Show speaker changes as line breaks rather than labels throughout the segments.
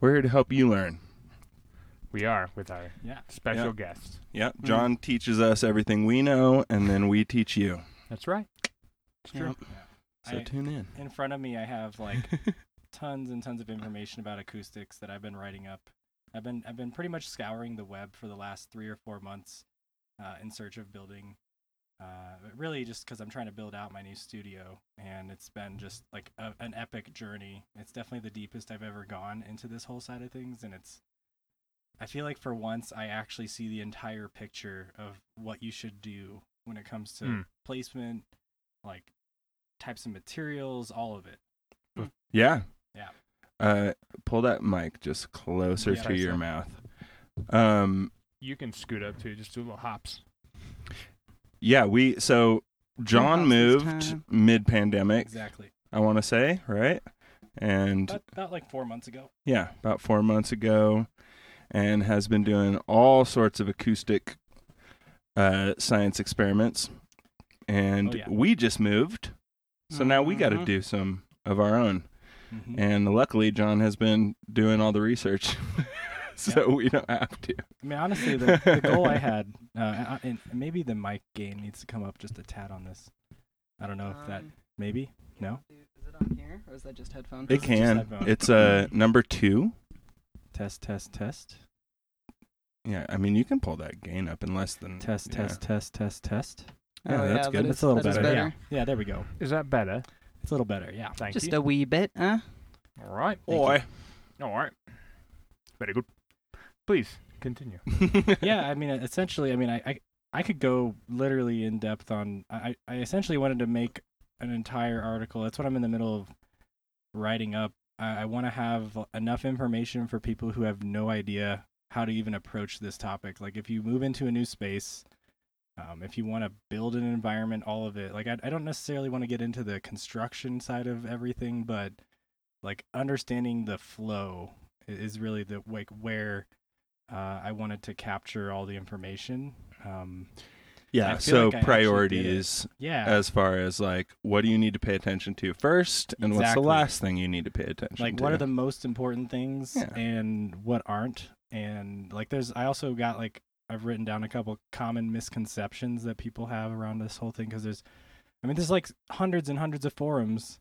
We're here to help you learn.
We are with our
Yeah.
special
Yep.
guest.
Yep. John teaches us everything we know, and then we teach you.
That's right.
It's
true.
So tune in.
in front of me, I have like tons and tons of information about acoustics that I've been writing up. I've been I've been pretty much scouring the web for the last three or four months uh, in search of building. Uh, but really, just because I'm trying to build out my new studio, and it's been just like a, an epic journey. It's definitely the deepest I've ever gone into this whole side of things, and it's. I feel like for once I actually see the entire picture of what you should do when it comes to
Hmm.
placement, like types of materials, all of it.
Yeah.
Yeah.
Uh, pull that mic just closer
Yeah.
to your mouth. Um,
You can scoot up too. Just do little hops.
yeah, we so John
house this
moved
time.
mid-pandemic,
Exactly.
I want to say, right? And
About, about like four months ago.
yeah, about 4 months ago and has been doing all sorts of acoustic uh science experiments. And
Oh, yeah. Mm-hmm.
we just moved. So now we got to
Mhm.
do some of our own. And luckily, John has been doing all the research, so we don't have to.
I mean, honestly, the, the goal I had, uh, I- and maybe the mic gain needs to come up just a tad on this. I don't know if that
Um,
maybe no
Is it on here or is that just headphones?
It
This is just Mm-hmm.
can.
iPhone.
It's uh, number two.
test test test
Yeah, I mean, you can pull that gain up in less than
test
Mm, yeah.
test test test test.
Yeah, that's
that
good.
is-
That's a little
that is
better.
better.
Yeah, there we go.
Is that better?
It's a little better. Yeah.
Thank
Just
you.
a wee bit, huh?
All right.
Oi.
All right. Very good. Please continue.
yeah, I mean, essentially, I mean, I, I I could go literally in depth on. I I essentially wanted to make an entire article. That's what I'm in the middle of writing up. I, I want to have enough information for people who have no idea how to even approach this topic. Like, if you move into a new space. Um, if you want to build an environment, all of it. Like, I, I don't necessarily want to get into the construction side of everything, but like understanding the flow i- is really the like where uh, I wanted to capture all the information. Um, I
yeah.
feel
So
like I actually
priorities
yeah,
as far as like what do you need to pay attention to first, and what's the
Exactly.
last thing you need to pay attention
like
to.
what are the most important things
Yeah.
and what aren't, and like there's I also got like I've written down a couple common misconceptions that people have around this whole thing because there's, I mean, there's like hundreds and hundreds of forums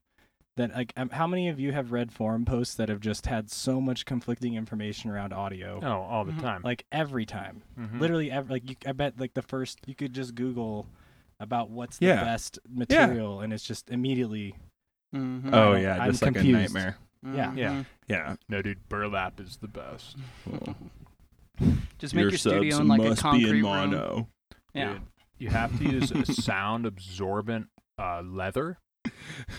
that like um, how many of you have read forum posts that have just had so much conflicting information around audio,
Oh, all the
Mhm.
time.
like every time.
Mm-hmm.
Mhm.
literally ever like you, i bet like the first you could just google about what's the
Yeah.
best material and it's just immediately
Mm-hmm.
oh
I'm-
yeah,
I'm
just like a
confused.
nightmare.
yeah.
Yeah.
Yeah.
No, dude, burlap is the best.
Just make your,
subs
studio in like a
must
concrete
be in
room.
mono.
Yeah.
Dude, you have to use a sound absorbent uh, leather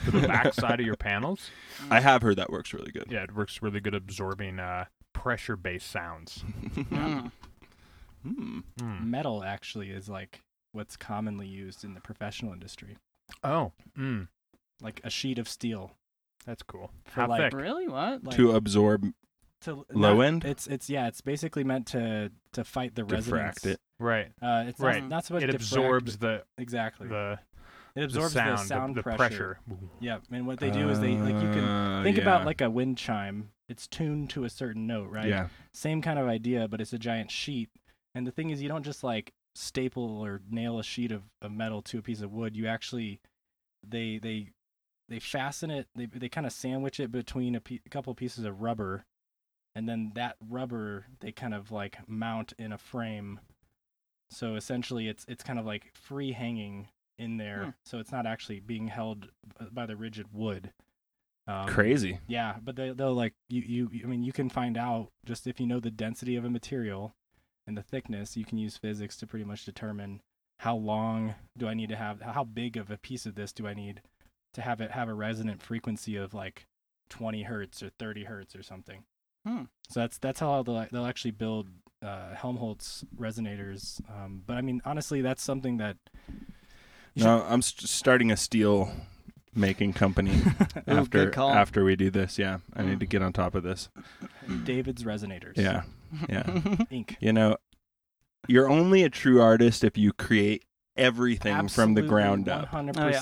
for the backside of your panels.
Mm.
I have heard that works really good.
Yeah, it works really good absorbing uh, pressure based sounds.
Mm.
Hmm.
Mm.
metal actually is like what's commonly used in the professional industry
Oh, mm,
like a sheet of steel
that's cool.
For
How
like-
thick?
Really? What?
like
to absorb,
to-
low
not-
end?
it's it's yeah it's basically meant to to fight the resonance
diffract it.
Right.
uh it's
Right.
not, not so much
It
diffract,
absorbs
but-
the
exactly
the,
it absorbs
the sound,
sound
the, the
pressure.
pressure.
yeah and what they do is they like you can
uh,
think about like a wind chime it's tuned to a certain note right
yeah,
same kind of idea, but it's a giant sheet. And the thing is, you don't just like staple or nail a sheet of, of metal to a piece of wood. You actually, they they they fasten it. They they kind of sandwich it between a pe- couple pieces of rubber, and then that rubber they kind of like mount in a frame. So essentially, it's it's kind of like free hanging in there.
Hmm.
So it's not actually being held b- by the rigid wood. Um,
crazy.
yeah, but they, they'll like you, you. I mean, you can find out just if you know the density of a material and the thickness. You can use physics to pretty much determine how long do I need to have, how big of a piece of this do I need to have it have a resonant frequency of like 20 hertz or 30 hertz or something.
Hmm.
So that's that's how they'll they'll actually build uh, Helmholtz resonators. Um, but I mean, honestly, that's something that You
No, I'm st- starting a steel making company
Ooh,
after
good call.
after we do this. Yeah, I need
Hmm.
Mm.
to get on top of this.
David's resonators.
Yeah, mm, yeah.
Inc.
you know, you're only a true artist if you create everything from the ground up.
100%
Oh, yeah.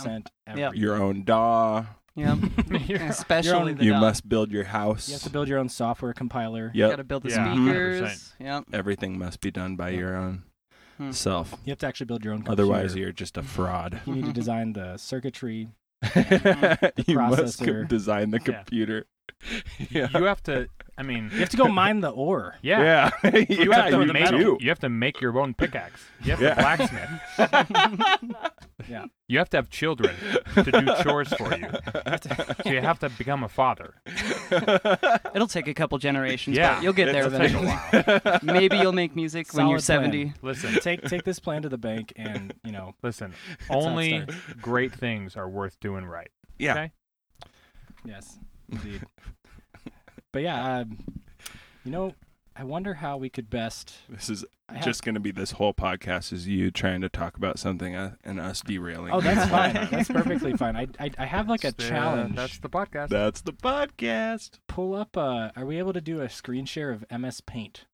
everything.
Your own DAW,
Yeah.
Yeah.
Especially
own-
the
You
dog.
must build your house.
You have to build your own software compiler.
You
yep. Mm-hmm.
gotta build the
Yeah. Mhm.
speakers. Yep.
Everything must be done by your own
Hmm.
self.
You have to actually build your own. Computer.
Otherwise, you're just
Mm-hmm.
a fraud.
you need to design the circuitry.
you must co-
processor.
design the
Mm-hmm. Yeah.
computer. Yeah.
You have to. I mean,
You have to go mine the ore.
yeah.
Yeah. Yeah,
You have to
you
make.
do.
You have to make your own pickaxe. You have
Yeah.
to blacksmith. You have to have children to do chores for you. So you have to become a father.
It'll take a couple generations,
Yeah.
but you'll get there
It'll take a
eventually.
while.
Maybe you'll make music when you're
Solid plan.
70.
Listen,
Take take this plan to the bank, and you know
listen.
it
Only great things are worth doing right.
Yeah.
Okay?
yes, indeed. but yeah, um, you know, I wonder how we could best.
This is
I have-
just going to be this whole podcast is you trying to talk about something uh, and us derailing.
oh,
you.
that's fine. That's perfectly fine. I I, I have like a
It's the-
challenge.
That's the podcast.
That's the podcast.
Pull up. Uh, are we able to do a screen share of MS Paint?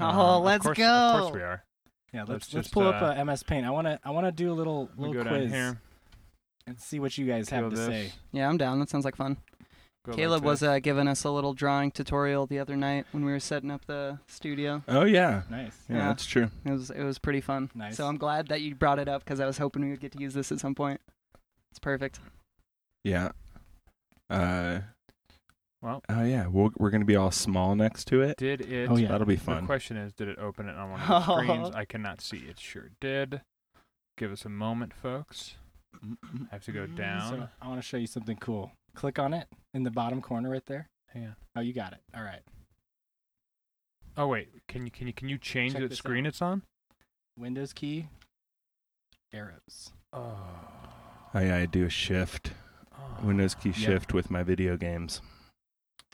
Oh,
of
let's
course-
go.
Of course we are.
Yeah, let's
Let's
let's,
just,
pull
uh,
up uh, MS Paint. I wanna I wanna do a little
We'll
little
go down
quiz
here.
and see what you guys
go
have to
this,
say.
Yeah, I'm down. That sounds like fun.
go like
Caleb was
this.
uh, giving us a little drawing tutorial the other night when we were setting up the studio.
Oh, yeah.
Nice.
Yeah,
Yeah.
that's true.
It was it was pretty fun.
Nice.
So I'm glad that you brought it up because I was hoping we would get to use this at some point. It's perfect.
Yeah. Uh,
Well.
Oh, yeah. We'll, we're going to be all small next to it.
Did it?
Oh, yeah.
That'll be
The
fun.
question is, did it open it on one of the screens? I cannot see. It sure did. Give us a moment, folks. I have to go
Mm, So
uh,
down.
I want to show you something cool. Click on it in the bottom corner right there.
Hang on.
Oh, you got it. All right.
Oh wait, can you can you can you change
Check
the
this
screen it's on?
Windows key, arrows.
Oh.
Oh, yeah. I do a shift, Windows key shift with my video games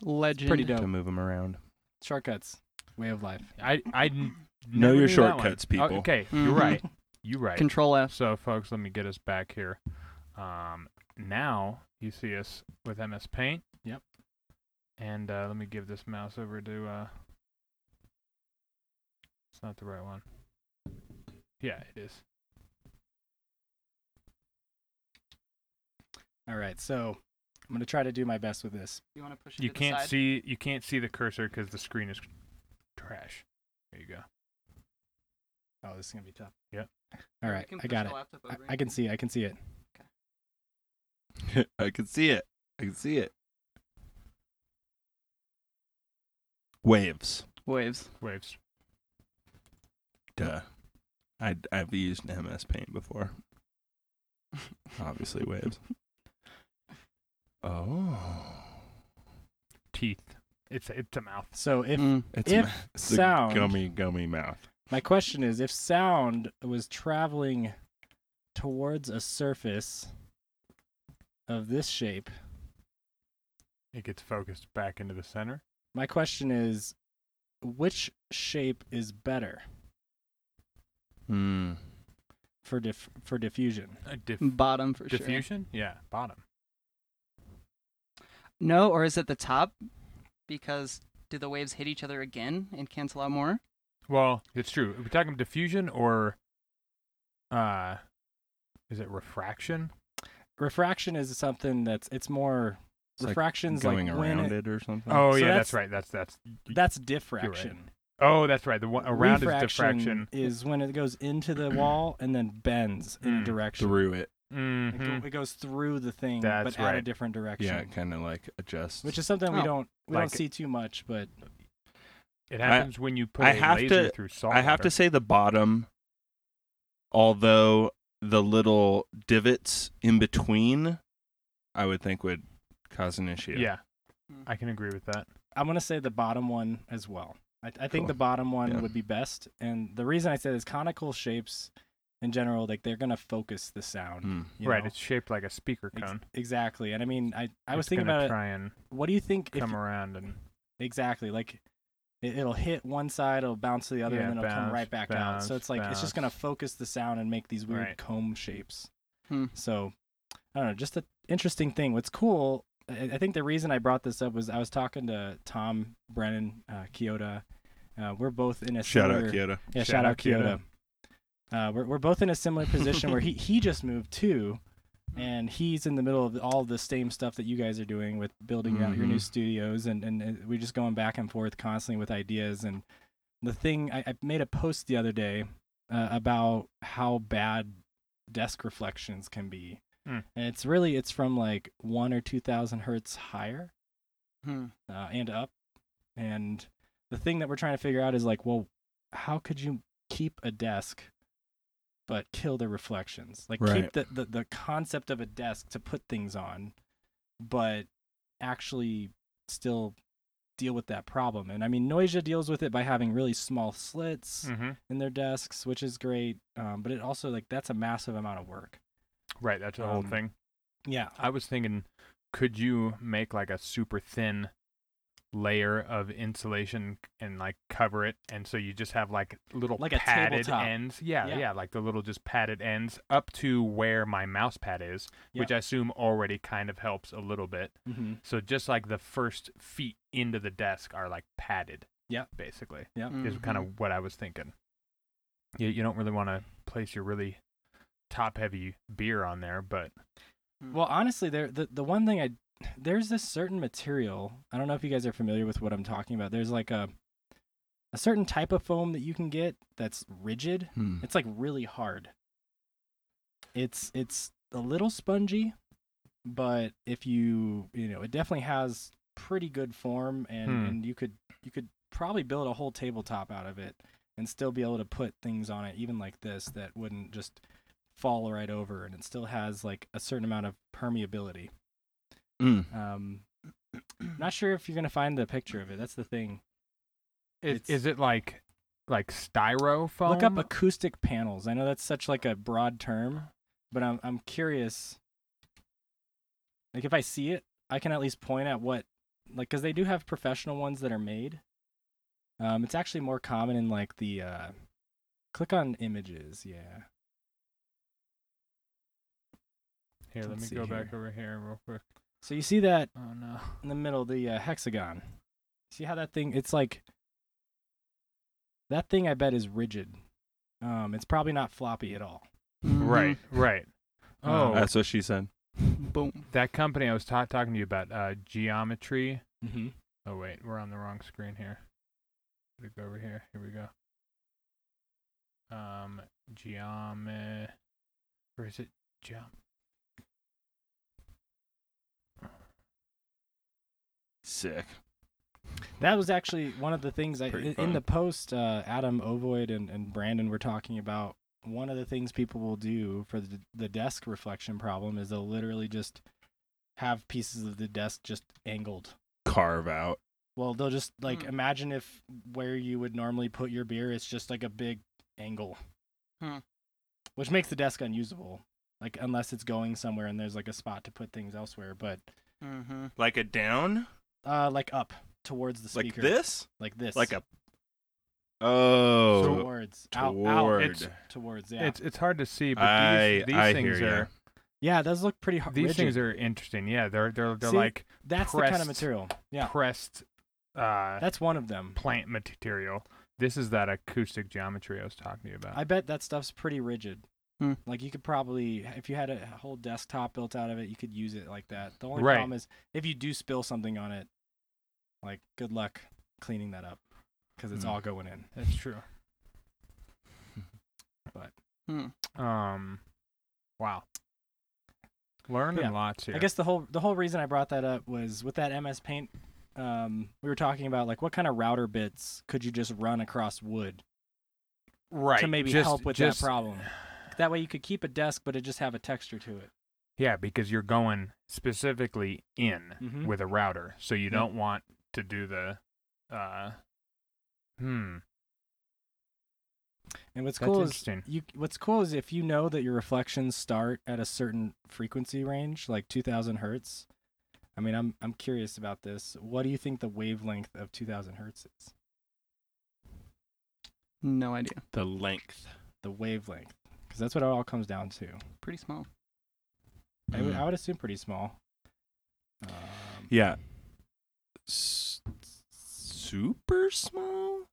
Legend.
Pretty
to
dope.
move them around.
Shortcuts. Way of life.
I I n-
Know
never
your
knew that one.
shortcuts,
Oh,
people.
okay, you're
Mhm.
right. You're right.
Control F.
So, folks, let me get us back here. Um, now you see us with MS Paint.
Yep.
And uh, let me give this mouse over to. Uh, it's not the right one. Yeah, it is.
All right. So I'm gonna try to do my best with this.
You want to push it
You
to the
can't
side?
see. You can't see the cursor because the screen is trash. There you go.
Oh, this is gonna be tough.
Yep.
All
You
right.
can
I
push
got
the
it.
laptop
I,
over
I
it.
can see. I can see it.
I can see it. I can see it. Waves.
Waves.
Waves.
Duh. I, uh, I've used MS Paint before. Obviously, waves. Oh.
Teeth. It's it's a mouth.
So if
Mm.
It's,
If
ma- it's a
sound-
gummy, gummy mouth.
my question is, if sound was traveling towards a surface of this shape,
It gets focused back into the center.
my question is, which shape is better?
Mm.
for diff- for diffusion.
Uh, diff-
Bottom for sure.
diffusion. Yeah, bottom.
No, or is it the top? Because do the waves hit each other again and cancel out more?
Well, it's true. Are we talking diffusion or uh is it refraction?
Refraction is something that's it's more
It's like
refractions like,
Going
when
around
it-
it, or something.
Oh
So
yeah,
that's-
that's, right. That's that's
that's diffraction.
Oh, that's right. The one around is diffraction.
Refraction is when it goes into the wall and then bends in
Mm.
a direction.
Through it.
It go-
Mhm.
It goes through the thing,
That's
but at a
right.
different direction.
Yeah, it kind of like adjusts.
Which is something we
Oh.
don't we
Like-
don't see too much, but
It happens when you put
I
a
have
laser
to-
through salt.
I have to say the bottom, although the little divots in between, I would think would cause an issue.
Yeah. I can agree with that.
I'm gonna say the bottom one as well. I, I think
Cool.
the bottom one
Yeah.
would be best, and the reason I say this conical shapes in general, like they're gonna focus the sound.
Mm.
you
right,
know?
it's shaped like a speaker
Ex-
cone.
exactly. And I mean, I I was
It's
thinking
gonna
about it.
try and
What do you think if
come around and
Exactly. Like it, it'll hit one side, it'll bounce to the other,
Yeah,
and then it'll
bounce,
come right back out. So
bounce,
it's like it's just gonna
bounce.
focus the sound and make these weird
Right.
comb shapes.
Hmm.
Mm-hmm.
So I don't know, just an interesting thing. What's cool, I, I think the reason I brought this up was I was talking to Tom Brennan, uh, Kyoto. Uh, we're both in a
Shout out
similar-
Kyoto.
yeah, shout, out Kyoto. Uh, we're we're both in a similar position where he he just moved too, and he's in the middle of all the same stuff that you guys are doing with building out your new
Mhm.
studios and, and uh, we're just going back and forth constantly with ideas and the thing i, I made a post the other day uh, about how bad desk reflections can be
Hmm.
and it's really it's from like one or two thousand hertz higher
Hmm.
uh, and up. And the thing that we're trying to figure out is like, well, how could you keep a desk but kill the reflections? Like
Right.
keep the, the, the concept of a desk to put things on, but actually still deal with that problem. And I mean, Noisia deals with it by having really small slits
Mm-hmm.
in their desks, which is great. Um, but it also like that's a massive amount of work.
Right, that's the whole
Um,
thing.
Yeah.
I was thinking, could you make like a super thin layer of insulation and like cover it, and so you just have like little
Like a
padded
tabletop.
ends? Yeah,
Yeah.
yeah, like the little just padded ends up to where my mouse pad is, which I assume already kind of helps a little bit.
Mm-hmm.
So just like the first feet into the desk are like padded.
Yep.
basically
Yep.
Hmm.
is kind of what I was thinking. You you don't really want to place your really top heavy beer on there, but
Well, honestly, there the, the one thing I there's this certain material. I don't know if you guys are familiar with what I'm talking about. There's like a a certain type of foam that you can get that's rigid.
Hmm.
It's like really hard. It's it's a little spongy, but if you you know, it definitely has pretty good form and,
Hmm.
and you could you could probably build a whole tabletop out of it and still be able to put things on it even like this that wouldn't just fall right over and it still has like a certain amount of permeability.
Mm.
Um not sure if you're gonna find the picture of it. That's the thing.
Is,
It's-
is it like like styrofoam?
Look up acoustic panels. I know that's such like a broad term, but I'm I'm curious. Like if I see it, I can at least point at what like cuz they do have professional ones that are made. Um it's actually more common in like the uh click on images, yeah.
Here, let
Let's
me
see
go back
here.
over here real quick.
So you see that
Oh no.
in the middle the uh, hexagon. See how that thing it's like that thing I bet is rigid. Um it's probably not floppy at all.
Hmm.
Mm-hmm.
Right, right.
Uh,
Oh,
That's what she said.
Hmm. Boom.
that company I was ta- talking to you about, uh, Geometry.
Mhm.
Oh wait, we're on the wrong screen here. Let me go over here. Here we go. Um, geome. Where is it? Geom.
Sick.
That was actually one of the things I
Pretty
in,
fun.
in the post. Uh, Adam Ovoid and, and Brandon were talking about one of the things people will do for the, the desk reflection problem is they'll literally just have pieces of the desk just angled.
Carve out.
Well, they'll just like
Hmm.
imagine if where you would normally put your beer is just like a big angle,
Hmm.
which makes the desk unusable. Like unless it's going somewhere and there's like a spot to put things elsewhere, but
Mm-hmm.
Like a down?
uh, like up towards the
Like
speaker,
this?
like this,
Like a. Oh.
towards, out, out,
toward.
It's-
towards, yeah.
It's it's hard to see, but
I,
these, these
I
things
hear ya.
are
Yeah, those look pretty hard.
these things are interesting. Yeah, they're they're they're
See,
like
that's the kind of
pressed.
material. Yeah,
pressed. Uh,
that's one of them.
plant material. This is that acoustic geometry I was talking to you about.
I bet that stuff's pretty rigid.
Hmm.
Like you could probably, if you had a whole desktop built out of it, you could use it like that. The only
Right.
problem is if you do spill something on it, like good luck cleaning that up because it's
Hmm.
all going in.
That's true.
Hmm.
Um, wow. Learning
Yeah.
lots here.
I guess the whole the whole reason I brought that up was with that MS Paint. Um, we were talking about like what kind of router bits could you just run across wood
right
to maybe
just-
help with
just,
that problem. That way you could keep a desk, but it just have a texture to it.
Yeah, because you're going specifically in
Mhm.
with a router, so you
Yep.
don't want to do the. Uh, hmm.
And what's
That's
cool is
interesting.
you. What's cool is if you know that your reflections start at a certain frequency range, like 2,000 hertz. I mean, I'm I'm curious about this. What do you think the wavelength of 2,000 hertz is?
No idea.
The length.
The wavelength, because that's what it all comes down to.
Pretty small.
I would-
Mm.
I would assume pretty small. Um,
Yeah. S- super small?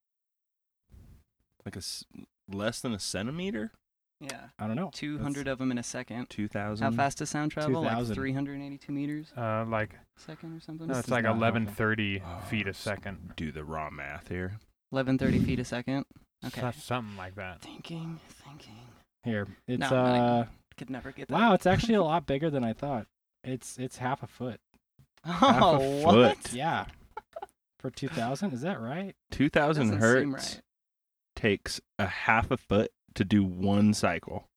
Like a s- less than a centimeter?
Yeah.
I don't know.
200 of them in a second.
Two thousand.
How fast does sound travel? Like
2,000.
382 meters
Uh, like
a second or something?
no,
This
it's
is
like
not helpful.
eleven thirty
Oh,
feet a
it's-
second.
Do the raw math here.
1130 feet a second. Okay.
So- something like that.
Thinking, thinking.
Here, it's
No, I'm
uh,
not Could never get that.
wow, it's actually a lot bigger than I thought. It's it's half a foot.
Half a
oh, what?
foot.
Yeah, for two thousand, is that right?
Two thousand
Doesn't
hertz
seem right.
takes a half a foot to do one cycle.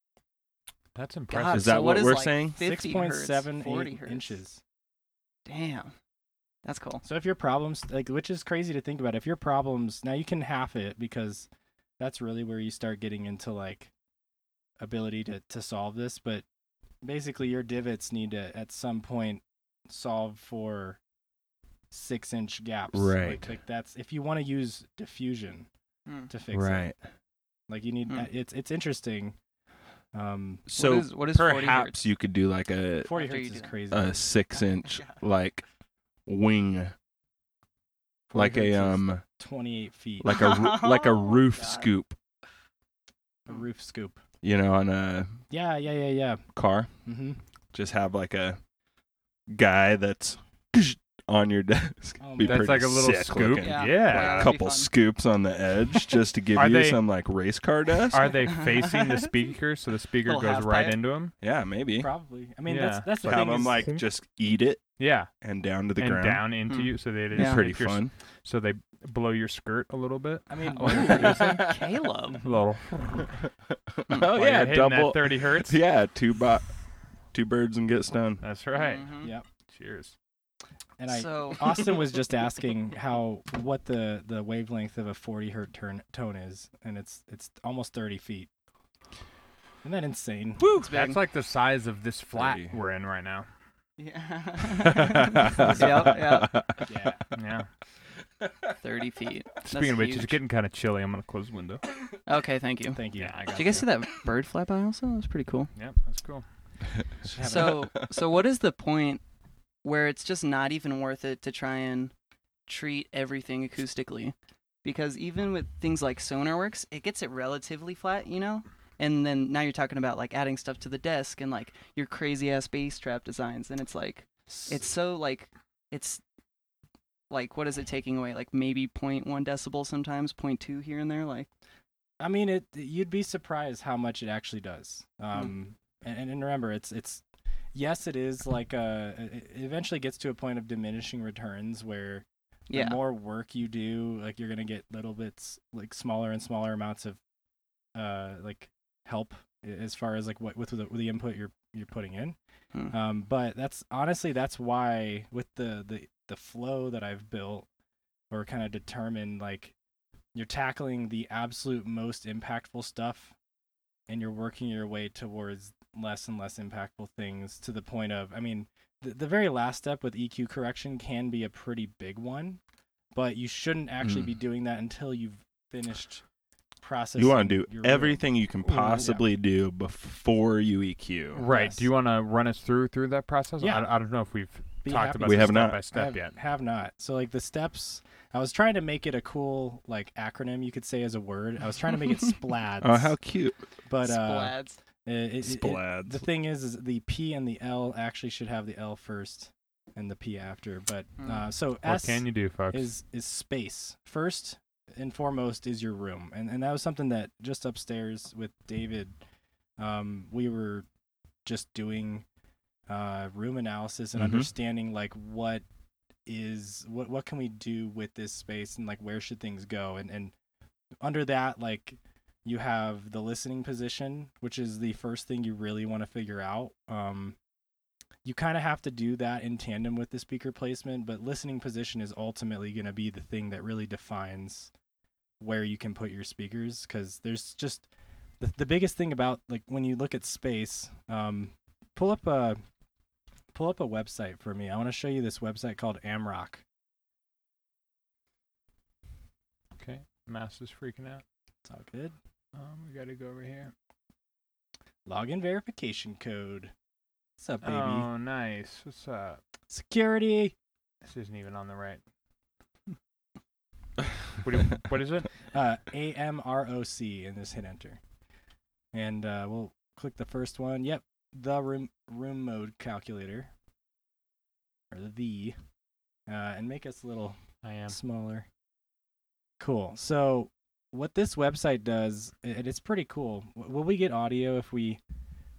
That's
God,
impressive.
Is that
so
what
is,
we're
like
saying?
50
Six point
hertz,
seven
40
eight
hertz.
inches.
Damn. That's cool.
So if your problems like which is crazy to think about, if your problems now you can half it because that's really where you start getting into like ability to to solve this, but basically your divots need to at some point solve for six inch gaps. Like-
Right.
Like, that's if you want to use diffusion
Hmm.
to fix it. Like you need
Hmm.
it's it's interesting. Um
So
what is, what is 40 hertz?
perhaps you could do like a
forty
After you
hertz
do
is
that.
crazy.
a six inch
Yeah.
like wing,
40
like a
hertz is
um,
twenty eight feet
like a roo- like a
Oh,
roof
God.
scoop,
a roof scoop.
you know, on a
Yeah, yeah, yeah, yeah.
car.
Mm-hmm.
Just have like a guy that's on your desk.
Oh
Be
man.
That's like
pretty
a little
sick
scoop.
looking.
Yeah.
yeah.
That'd
a
be
couple
fun.
scoops on the edge just to give
Are
you
they-
some like race car dust.
Are they facing the speaker so the speaker
Little
goes
half
right
pipe.
into them?
yeah, maybe.
Probably. I mean,
Yeah.
that's that's the
Have
thing.
them
is-
like just eat it
Yeah,
and down to the
and
ground.
down into
Hmm.
you, so they just
It's
Yeah.
pretty
make your s-
fun.
So they blow your skirt a little bit.
I mean,
Ooh, Caleb.
A little.
oh
While
yeah,
you're hitting that
double.
thirty hertz.
Yeah, two bo- two birds and get stoned.
That's right.
Mhm.
yeah.
Cheers.
And I
so,
Austin was just asking how what the the wavelength of a 40 hertz turn, tone is, and it's it's almost 30 feet. Isn't that insane?
Woo,
That's like the size of this flat
Thirty.
we're in right now.
yeah. yeah,
yeah.
Yeah.
30 feet.
Speaking of which, it's
huge.
getting kind of chilly. I'm gonna close the window.
Okay, thank you.
Thank you.
Yeah, I
Did
got
you guys see that bird fly by also? That was pretty cool.
Yep, that's cool.
Have a-
So, so what is the point where it's just not even worth it to try and treat everything acoustically? Because even with things like SonarWorks, it gets it relatively flat, you know. And then now you're talking about like adding stuff to the desk and like your crazy ass bass trap designs, and it's like it's so like it's like what is it taking away? Like maybe 0.1 decibel sometimes, 0.2 here and there. Like
I mean, it you'd be surprised how much it actually does.
Hmm.
Um, and- and, and remember, it's it's yes, it is like uh it it eventually gets to a point of diminishing returns where
yeah,
the more work you do, like you're gonna get little bits, like smaller and smaller amounts of, uh, like help a- as far as like what with the, with the input you're you're putting in.
Hmm.
Um, but that's honestly that's why with the the the flow that I've built or kind of determined, like you're tackling the absolute most impactful stuff, and you're working your way towards less and less impactful things to the point of, I mean. The, the very last step with EQ correction can be a pretty big one but you shouldn't actually
Mm.
be doing that until you've finished processing.
You want to do
your real-
everything you can
Ooh, yeah.
possibly do before you E EQ.
Right.
Yes.
Do you want to run us through through that process?
Yeah.
I, don't- I don't know if we've
Be
talked
happy-
about
We
this
have
step
not.
by
I
step
have,
yet.
have not. So like the steps, I was trying to make it a cool like acronym you could say as a word. I was trying to make it splads.
Oh, how cute!
But uh,
splads.
it, it- it- the
Splads.
thing is, is the P and the L actually should have the L first and the P after. But
Mm.
uh, so
What
S
can you do, folks?
is is space first and foremost is your room and and that was something that just upstairs with david um we were just doing uh room analysis and
Mhm.
understanding like what is what what can we do with this space and like where should things go and and under that like you have the listening position which is the first thing you really want to figure out um you kind of have to do that in tandem with the speaker placement, but listening position is ultimately going to be the thing that really defines where you can put your speakers because there's just the, the biggest thing about like when you look at space um, pull up a pull up a website for me i want to show you this website called amrock
okay. Mouse is freaking out.
it's all good
Um, we gotta go over here.
login verification code what's up baby
Oh, nice. What's up?
security
This isn't even on the right. What, do you, what is it?
uh, amroc and just hit enter and uh, we'll click the first one. Yep, the room room mode calculator, or the, uh, and make us a little
I am.
smaller. Cool. So what this website does, i- and it's pretty cool. W- Will we get audio if we,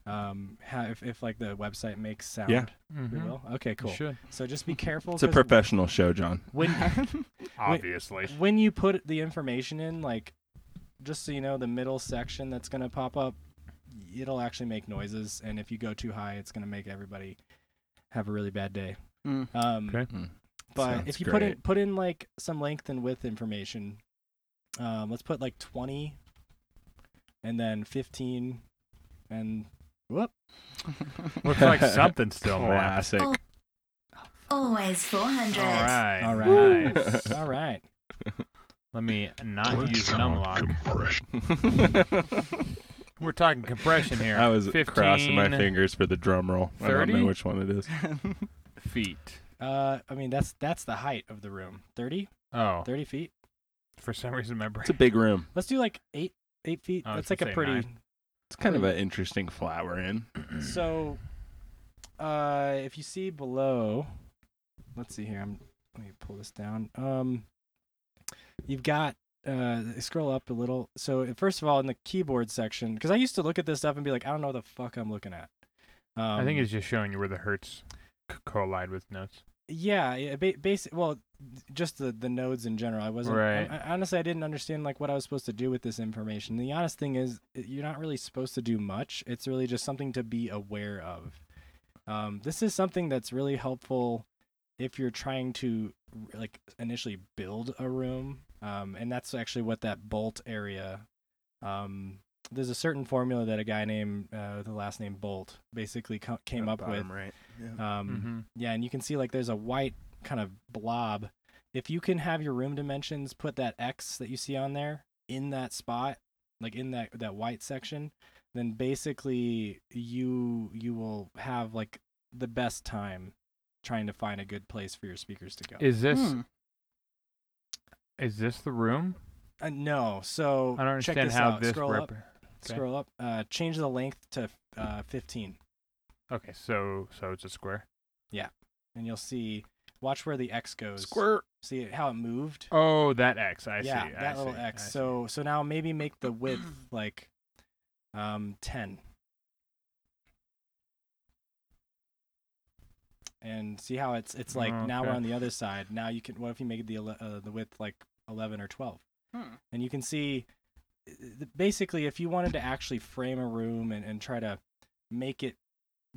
um, have if, if like the website makes sound? We
Mhm.
will. Okay, cool.
You should.
So just be
Mm-hmm.
careful.
It's a
'cause
professional show, John.
When
Obviously.
when you put the information in, like, just so you know, the middle section that's gonna pop up, it'll actually make noises, and if you go too high, it's gonna make everybody have a really bad day.
Mm.
Um,
Okay.
Mm.
But
Sounds
if you put in
great.
put in like some length and width information, um, let's put like twenty, and then fifteen, and whoop,
Hmm.
Looks like something still, man.
Classic.
Oh. Always 400.
All right.
All right.
Nice.
all right.
Let me not use numlock. We're talking compression here.
I was
15
crossing my fingers for the drum roll. I don't
30?
know which one it is.
feet.
Uh, I mean that's that's the height of the room, 30,
Oh,
30 feet.
for some reason, my brain.
It's a big room.
Let's do like eight eight feet.
I was
That's like
gonna
a
say
pretty.
It's kind of an interesting flat we're in.
Mm.
So, uh, if you see below, let's see here. I'm let me pull this down. Um, you've got uh, scroll up a little. So first of all, in the keyboard section, because I used to look at this stuff and be like, I don't know what the fuck I'm looking at. Um,
I think it's just showing you where the hertz c- collide with notes.
yeah, yeah ba- basic. Well, d- just the the nodes in general. I wasn't.
Right.
I, I- honestly, I didn't understand like what I was supposed to do with this information. The honest thing is, i- you're not really supposed to do much. It's really just something to be aware of. Um, this is something that's really helpful if you're trying to r- like initially build a room, um, and that's actually what that bolt area. Um, there's a certain formula that a guy named uh, with the last name Bolt basically co- came up with.
right.
Um,
Mm-hmm.
yeah, and you can see like there's a white kind of blob. If you can have your room dimensions, put that X that you see on there in that spot, like in that that white section, then basically you you will have like the best time trying to find a good place for your speakers to go.
Is this
Hmm.
is this the room?
uh, no, so
I don't
check
understand
this
how
out.
this
scroll
rep.
up, scroll up, uh, change the length to uh, 15,
Okay, so so it's a square.
and you'll see. Watch where the X goes. See how it moved.
Oh, that X. I
yeah,
see.
that
I
little
see, I
X.
see.
So so now maybe make the width like um ten. And see how it's it's like now we're
Oh, Okay.
on the other side. Now you can what if you make the ele- uh, the width like eleven or twelve?
Hmm.
And you can see uh, th- basically if you wanted to actually frame a room and, and try to make it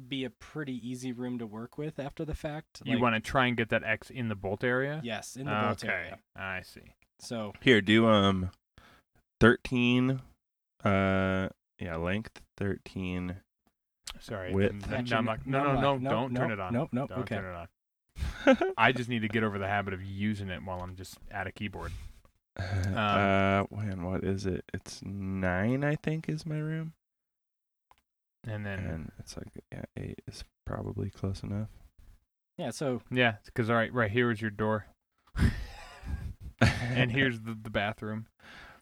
be a pretty easy room to work with after the fact.
you
like-
want to try and get that X in the bolt area?
yes in the bolt
okay,
area.
I see.
So
Here, do um 13 uh yeah, length 13.
Sorry.
Width.
n-
Yeah,
n- I'm
turn-
like, no, no, no,
nope,
don't turn
nope,
it on.
nope, nope,
Don't
okay.
turn it on.
Um,
I just need to get over the habit of using it while I'm just at a keyboard.
uh when what is it? It's 9 I think is my room.
And then,
And it's like yeah, 8 is probably close enough.
yeah, so
yeah, because all right, right here is your door, and here's the, the bathroom.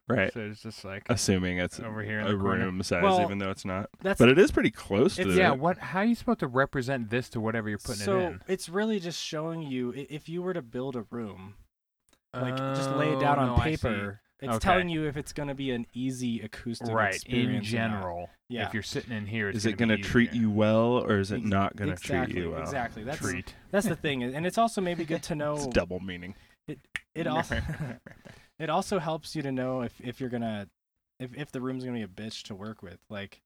right.
So it's just like
Assuming it's
over here in
a
the corner.
room size
Well,
even though it's not.
that's
But it is pretty close to
it's-
the
Yeah. What? How are you supposed to represent this to whatever you're putting
so
it in?
it's really just showing you i- if you were to build a room, like just lay it down
Oh,
on
no, I see.
paper. It's
Okay.
telling you if it's going to be an easy acoustic
Right. In
experience or not.
general,
Yeah.
if you're sitting in here, it's
Is it
going to
treat you well or is it
Ex-
not going to
exactly,
treat you well?
Exactly. That's
treat?
that's the thing, and it's also maybe good to
It's
know.
double meaning.
It also it also helps you to know if if you're gonna if if the room's gonna be a bitch to work with. Like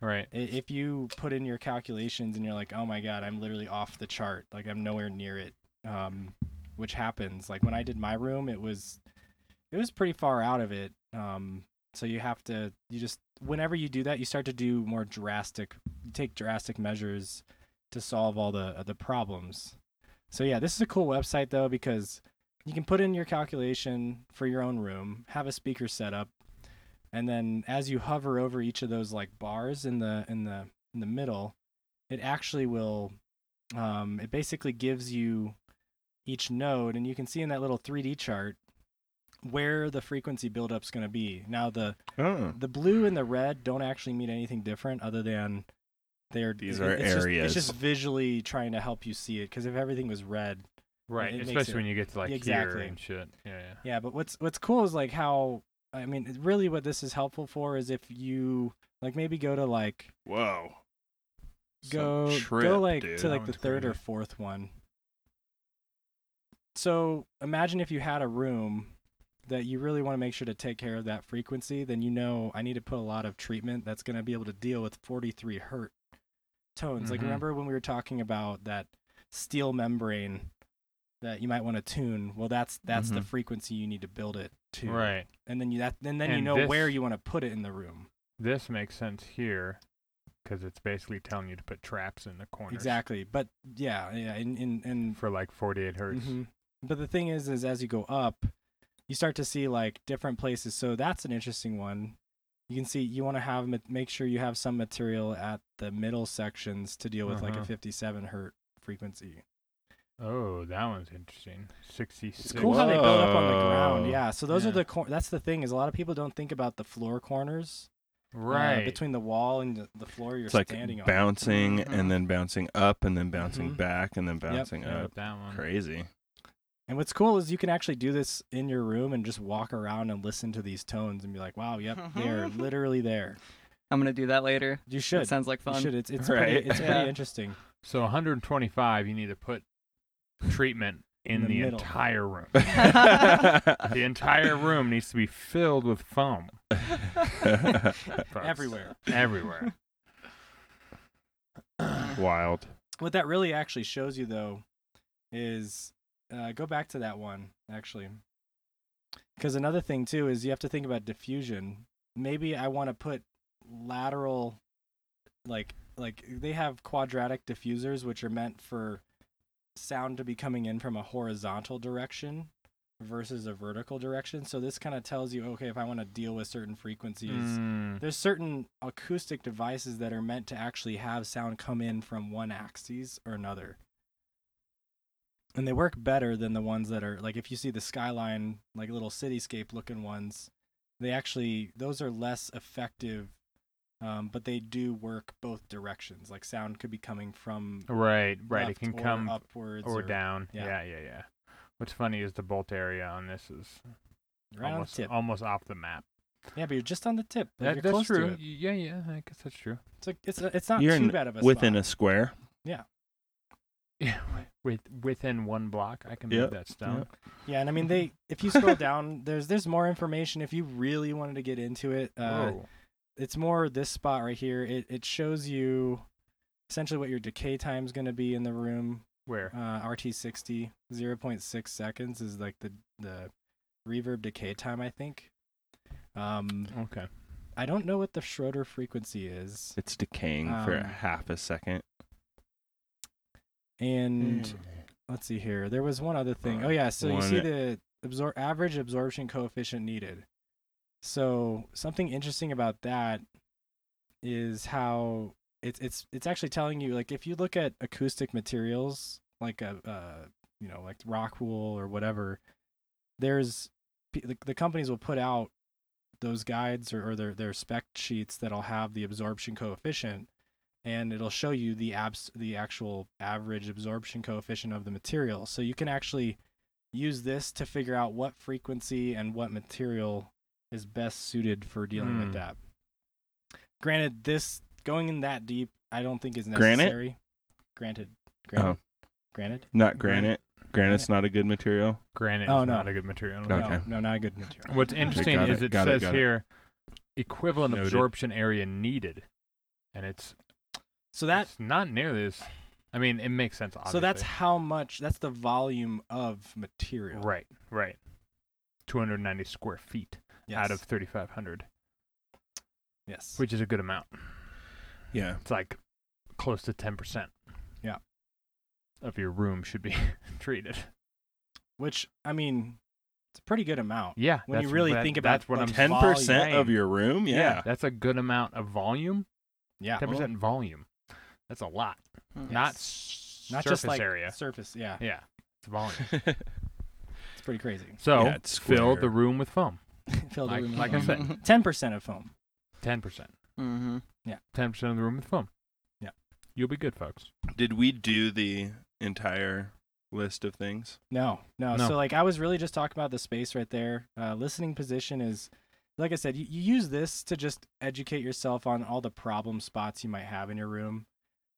Right.
i- if you put in your calculations and you're like, oh my god, I'm literally off the chart. Like I'm nowhere near it. Um, which happens. Like when I did my room, it was it was pretty far out of it. Um, so you have to you just whenever you do that, you start to do more drastic you take drastic measures to solve all the uh, the problems. So yeah, this is a cool website though because you can put in your calculation for your own room, have a speaker set up, and then as you hover over each of those like bars in the in the in the middle, it actually will um, it basically gives you each node, and you can see in that little 3D chart where the frequency buildup's going to be. Now the
Oh.
the blue and the red don't actually mean anything different other than they're
These
it-
are
it's just-
areas.
it's just visually trying to help you see it because if everything was red,
Right,
it makes
especially
it-
when you get to like here
exactly.
and shit. Yeah, yeah.
Yeah, but what's what's cool is like how I mean, it- really, what this is helpful for is if you like maybe go to like
Whoa. Some
go
trip,
go like
dude.
to
That
like the
one's
third or
crazy.
fourth one. So imagine if you had a room that you really want to make sure to take care of that frequency, then you know I need to put a lot of treatment that's going to be able to deal with 43 hertz tones. Like
Mhm.
remember when we were talking about that steel membrane that you might want to tune? Well, that's that's the
Mhm. frequency
frequency you need to build it to.
Mm-hmm. Right.
And then you that and then you
And
know where
this-
you want to put it in the room.
This makes sense here because it's basically telling you to put traps in the corners.
Exactly. But yeah, yeah, in in and
For like 48 hertz.
Mhm. But the thing is, is as you go up, you start to see like different places. So that's an interesting one. You can see you want to have ma- make sure you have some material at the middle sections to deal with like a
Uh-huh.
57 hertz frequency.
Oh, that one's interesting. 66.
It's cool how they build up on the ground.
Whoa.
Yeah. So those are
Yeah.
the cor- that's the thing is a lot of people don't think about the floor corners uh,
Right.
between the wall and the, the floor you're
It's like
standing on.
bouncing
Mhm.
and then bouncing up and then bouncing
Mhm.
back and then bouncing
yeah,
uh,
up.
that one.
Crazy.
And what's cool is you can actually do this in your room and just walk around and listen to these tones and be like, wow, yep, they're literally there.
I'm gonna do that later.
You
That
should.
sounds like
You
fun.
should. It's it's
Right.
pretty, it's
Yeah.
pretty interesting.
So 125, you need to put treatment in,
In the
the,
middle.
entire room.
Everywhere.
the entire room needs to be filled with foam parts
Everywhere.
everywhere.
Wild.
What that really actually shows you though is uh, go back to that one actually, because another thing too is you have to think about diffusion. Maybe I want to put lateral, like like they have quadratic diffusers which are meant for sound to be coming in from a horizontal direction versus a vertical direction. So this kind of tells you okay if I want to deal with certain frequencies.
Mm,
there's certain acoustic devices that are meant to actually have sound come in from one axis or another and they work better than the ones that are like if you see the skyline like little cityscape looking ones they actually those are less effective um, but they do work both directions like sound could be coming from
right, right. It
left
can
or
come
upwards
or down.
yeah.
Yeah. yeah, yeah, What's funny is the bolt area on this is
right on the
almost
tip
almost off the map.
yeah but you're just on the tip
That-
like, you're
that's
close
true.
to it
Y- Yeah, yeah. I guess that's true.
it's like it's it's not
You're
too
in-
bad of a
Within
spot.
a square.
Yeah, with within one block, I can
Yep,
move that stone.
Yeah, and I mean they if you scroll down, there's there's more information if you really wanted to get into it. Uh,
Whoa.
it's more this spot right here. It it shows you essentially what your decay time's going to be in the room.
Where?
Uh, RT60 0.6 seconds is like the the reverb decay time, I think. Um
Okay.
I don't know what the Schroeder frequency is.
It's decaying for
Um,
half a second.
And let's see here. There was one other thing.
Uh,
Oh yeah, so you see
one-
the absor- average absorption coefficient needed. So something interesting about that is how it's it's it's actually telling you like if you look at acoustic materials like a uh, you know like rock wool or whatever, there's p- the, the companies will put out those guides or, or their their spec sheets that'll have the absorption coefficient and it'll show you the abs the actual average absorption coefficient of the material. So you can actually use this to figure out what frequency and what material is best suited for dealing
Hmm.
with that. Granted, this going in that deep, I don't think is
Granite?
necessary. Granted, granted,
Oh.
granted.
Not
Granite.
granite. Granite's not a good material.
Granite
Oh,
is not
no.
a good material.
No. Okay.
No, no, not a good material.
What's interesting
got
is
it,
it,
got it,
says
got it.
here equivalent
Noted.
absorption area needed, and it's
So that
it's not nearly as. I mean, it makes sense. Obviously.
so that's how much. That's the volume of material.
right, right. 290 square feet
Yes.
out of 3,500,
yes.
which is a good amount.
Yeah.
It's like close to 10%.
Yeah.
Of your room should be treated.
Which I mean, it's a pretty good amount.
Yeah.
When you
that's
really
what-
think about
that's what
like
I'm
Ten percent
volume.
of your room. Yeah.
That's a good amount of volume.
Yeah.
10% volume. That's a lot. Not
Not
surface
just like
area.
surface. Yeah.
Yeah. It's volume.
it's
It's pretty crazy.
So
Yeah, it's
fill
square.
the room with foam.
Filled
Like-
the room
like I
with
said.
ten percent of foam.
Ten percent.
mm-hmm.
Ten percent of the room with foam.
Yeah.
You'll be good, folks.
Did we do the entire list of things?
No, no,
No.
So like I was really just talking about the space right there. Uh, listening position is, like I said, you, you use this to just educate yourself on all the problem spots you might have in your room.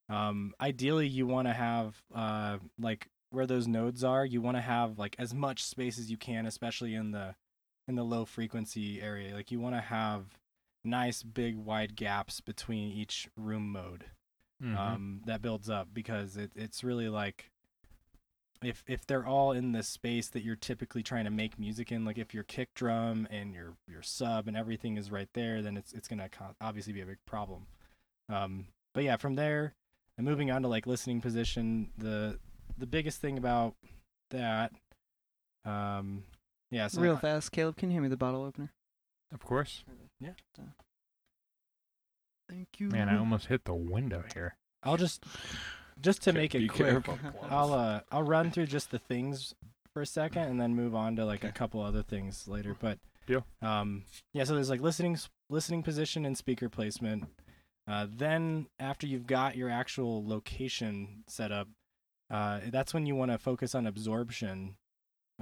Um, ideally, you want to have uh, like where those nodes are. You want to have like as much space as you can, especially in the in the low frequency area. Like you want to have nice big wide gaps between each room mode
Mm-hmm.
um, that builds up because it, it's really like if if they're all in the space that you're typically trying to make music in, like if your kick drum and your your sub and everything is right there, then it's it's gonna co- obviously be a big problem. Um, but yeah, from there, and moving on to like listening position, the the biggest thing about that, um, yeah, so
Real fast, Caleb can you hand me the bottle opener.
of course.
Thank you.
Man, I almost hit the window here.
I'll just just to
Okay,
make it
be
quick,
careful.
I'll uh, I'll run through just the things for a second and then move on to like a couple other things later. But
Deal.
Um, yeah. So there's like listening s- listening position and speaker placement. Uh, then after you've got your actual location set up, uh, that's when you want to focus on absorption,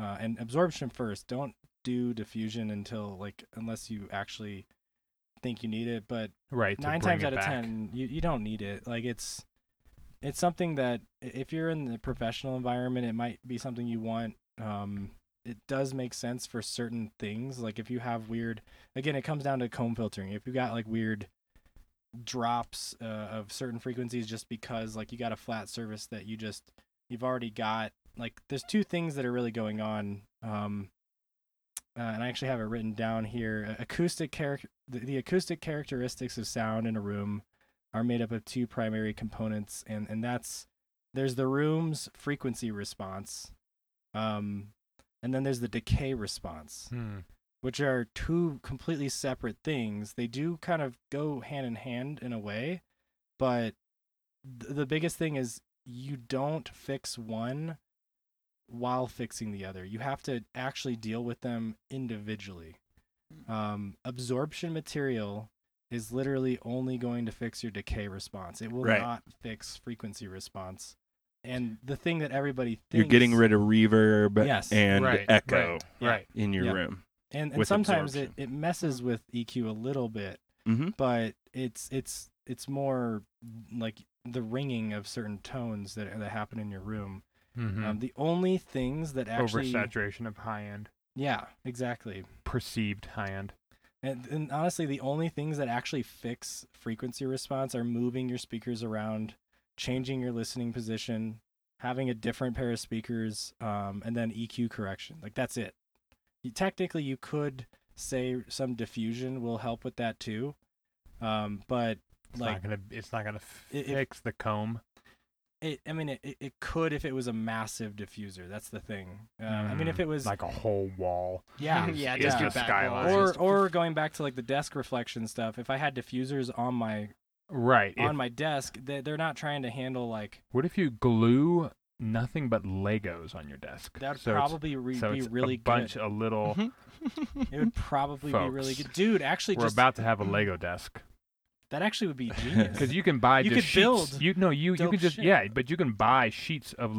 uh, and absorption first. Don't do diffusion until like unless you actually think you need it. But
Right. to
nine
bring
times
it
out of
back.
ten you, you don't need it like it's it's something that i- if you're in the professional environment it might be something you want um it does make sense for certain things like if you have weird again it comes down to comb filtering if you got like weird drops uh, of certain frequencies just because like you got a flat surface that you just you've already got like there's two things that are really going on um uh, and I actually have it written down here. A- Acoustic character, the, the acoustic characteristics of sound in a room are made up of two primary components, and and that's there's the room's frequency response, um, and then there's the decay response,
Hmm.
which are two completely separate things. They do kind of go hand in hand in a way, but th- the biggest thing is you don't fix one while fixing the other. You have to actually deal with them individually.
Mm.
Um, absorption material is literally only going to fix your decay response. It will
Right.
not fix frequency response. And the thing that everybody thinks
You're getting rid of reverb
Yes.
and
Right,
echo
right,
Yeah.
Right.
in your
Yeah.
room.
and, and
with
sometimes it,
absorption.
it messes with EQ a little bit,
Mm-hmm.
but it's it's it's more like the ringing of certain tones that that happen in your room.
Mhm.
Mm.
Um, the only things that actually
Oversaturation of high end,
yeah exactly
perceived high end.
And, and honestly, the only things that actually fix frequency response are moving your speakers around, changing your listening position, having a different pair of speakers, um, and then EQ correction. Like that's it. You, technically, you could say some diffusion will help with that too, um, but
It's not
like
gonna. It's not gonna
It- it-
fix the comb.
it, I mean, it, it- it could if it was a massive diffuser. That's the thing. Uh, I mean, if
Mm,
it was
like a whole wall.
yeah,
is-
yeah,
is
just
the
your back
skyline.
wall.
Or-
or or going back to like the desk reflection stuff. If I had diffusers on my
Right. if-
on my desk they, they're not trying to handle like
what if you glue nothing but Legos on your desk?
that would
so it's-
probably re-
so
be
it's
really
a bunch
good
a little.
Mm-hmm.
it would probably be really
folks.
good dude actually
We're
just
about to have a Lego desk
that actually would be genius
because you can buy
You
just
could
sheets.
build
You no, you you
dope
can just
shit.
yeah, but you can buy sheets of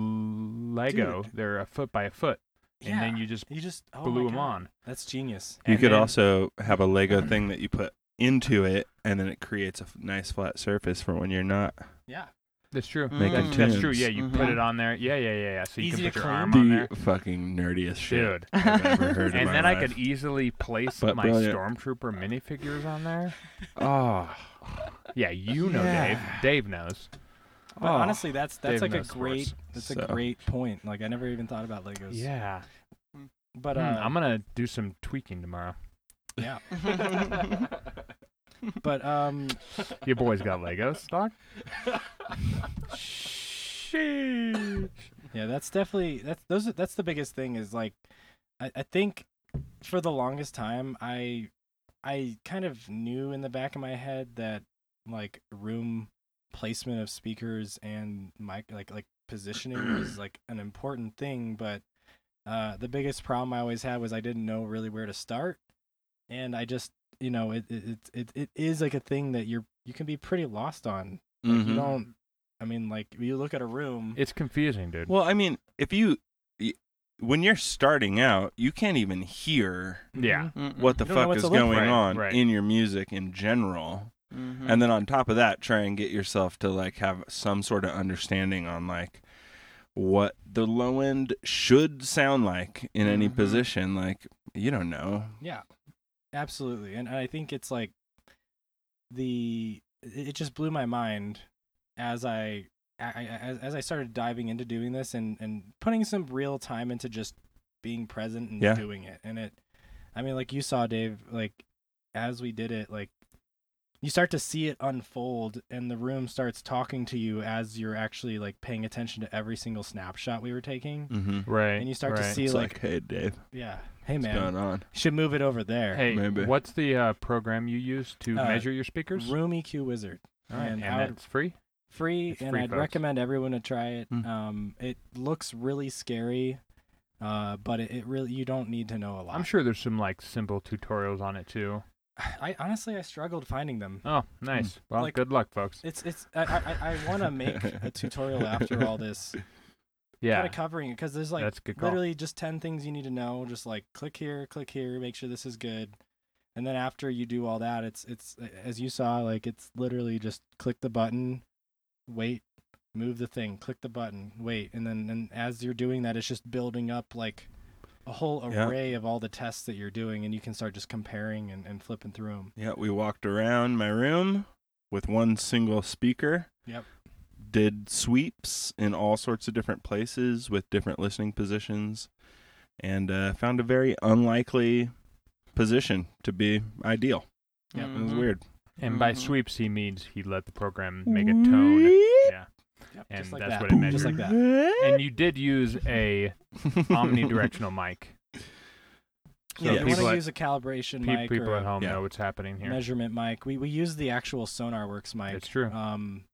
Lego. They're a foot by a foot,
yeah.
and then you just
you just oh
glue
my
them
God.
on.
that's genius
You
And
could
then- Mm.
also have a Lego thing that you put into it, and then it creates a f- nice flat surface for when you're not.
yeah
That's true.
Make
them
that's, that's true.
tunes.
Yeah, you put
Mhm.
it on there. Yeah, yeah, yeah, yeah. So you
Mm-hmm.
can
Easy to
put your
clean.
arm on there.
The fucking nerdiest shit
Dude.
I've ever heard in
And
my
then I
life.
could easily place
But
my
brilliant.
stormtrooper minifigures on there.
Oh,
Yeah, you know
Yeah.
Dave. Dave knows.
but
Oh,
honestly that's that's
Dave
like a
knows
great
sports,
that's
so.
a great point like I never even thought about Legos
Yeah.
but
Hmm,
uh,
I'm gonna do some tweaking tomorrow.
yeah but um
Your boy's got Legos, dog.
Yeah, that's definitely that's those are- that's the biggest thing is like I, I think for the longest time I I kind of knew in the back of my head that like room placement of speakers and mic like like positioning was like an important thing, but Uh, the biggest problem I always had was I didn't know really where to start, and I just you know it it it, it is like a thing that you're you can be pretty lost on. Like, You
Mhm.
don't. I mean, like you look at a room.
It's confusing, dude.
Well, I mean, if you y- when you're starting out, you can't even hear
Mm-hmm.
yeah.
Mm-mm.
what the
You don't know
fuck
what
is
to look
going
for.
on
Right.
in your music in general.
Mhm.
And then on top of that, try and get yourself to like have some sort of understanding on like what the low end should sound like in any
Mhm.
position. Like you don't know.
Yeah, absolutely. And I think it's like the it it just blew my mind as I, I, I as, as I started diving into doing this and and putting some real time into just being present and
Yeah.
doing it. And it, I mean, like you saw, Dave, like as we did it, like you start to see it unfold and the room starts talking to you as you're actually like paying attention to every single snapshot we were taking.
Mm-hmm.
Mm, Right.
And you start to
right.
see
It's
like,
like, hey, Dave,
yeah, hey
what's
man,
going on?
should move it over there.
Hey,
Maybe.
what's the uh, program you use to
Uh,
measure your speakers?
Room EQ Wizard.
All right,
and
and,
I would-
it's free.
Free,
It's
and
free,
I'd
folks.
recommend everyone to try it.
Mm.
Um, it looks really scary, uh, but it, it really you don't need to know a lot.
I'm sure there's some like simple tutorials on it too.
I honestly I struggled finding them.
Oh, nice. Well,
Hmm. Like-
good luck, folks.
It's it's I I, I want to make a tutorial after all this, kind
Yeah,
of covering it because there's like
that's a good call.
literally just ten things you need to know. Just like click here, click here, make sure this is good, and then after you do all that, it's it's as you saw, like it's literally just click the button, wait, move the thing, click the button, wait, and then and as you're doing that, it's just building up like a whole
Yeah.
array of all the tests that you're doing, and you can start just comparing and, and flipping through them.
Yeah, we walked around my room with one single speaker.
Yep.
Did sweeps in all sorts of different places with different listening positions and uh, found a very unlikely position to be ideal.
Yep.
It was
Mhm.
weird.
And by
Mm-hmm.
Mhm.
sweeps, he means he let the program make a tone. Yeah,
Yep,
And
just like
that's
that.
what it
Just like
measured.
that.
and you did use a omnidirectional mic. So
yeah, you
people
want to
at-
use a calibration
Pe-
mic
people
or
at
a
home
Yeah.
know what's happening here.
measurement mic. We we use the actual SonarWorks mic.
It's true.
Um,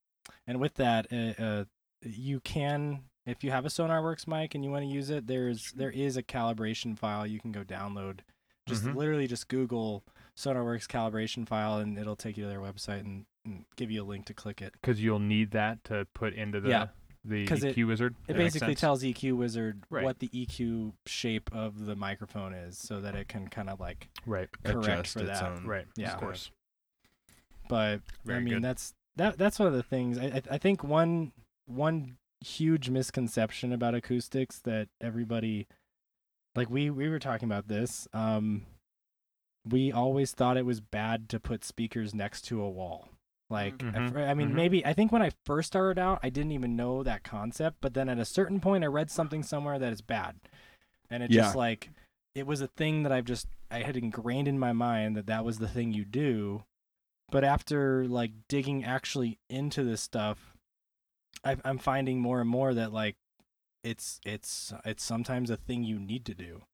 and with that, uh, uh, you can if you have a SonarWorks mic and you want to use it, there's there is a calibration file you can go download. Just
Mhm.
literally just Google SonarWorks calibration file, and it'll take you to their website and, and give you a link to click it.
Because you'll need that to put into the
Yeah.
the
'Cause
EQ
it-
wizard.
It
That makes
basically
sense.
tells EQ Wizard
Right.
what the EQ shape of the microphone is, so that it can kind of like
right,
correct
Adjust
for
its
that.
own.
right,
Mm. Yeah.
of course.
but I
Very
mean
good.
that's that that's one of the things I, I I think one one huge misconception about acoustics that everybody like we we were talking about this um we always thought it was bad to put speakers next to a wall like I
Mhm,
fr- I, mean
mhm.
maybe I think when I first started out I didn't even know that concept but then at a certain point I read something somewhere that it's bad and it just
Yeah.
like it was a thing that I've just I had ingrained in my mind that that was the thing you do. But after like digging actually into this stuff, I, I'm finding more and more that like it's it's it's sometimes a thing you need to do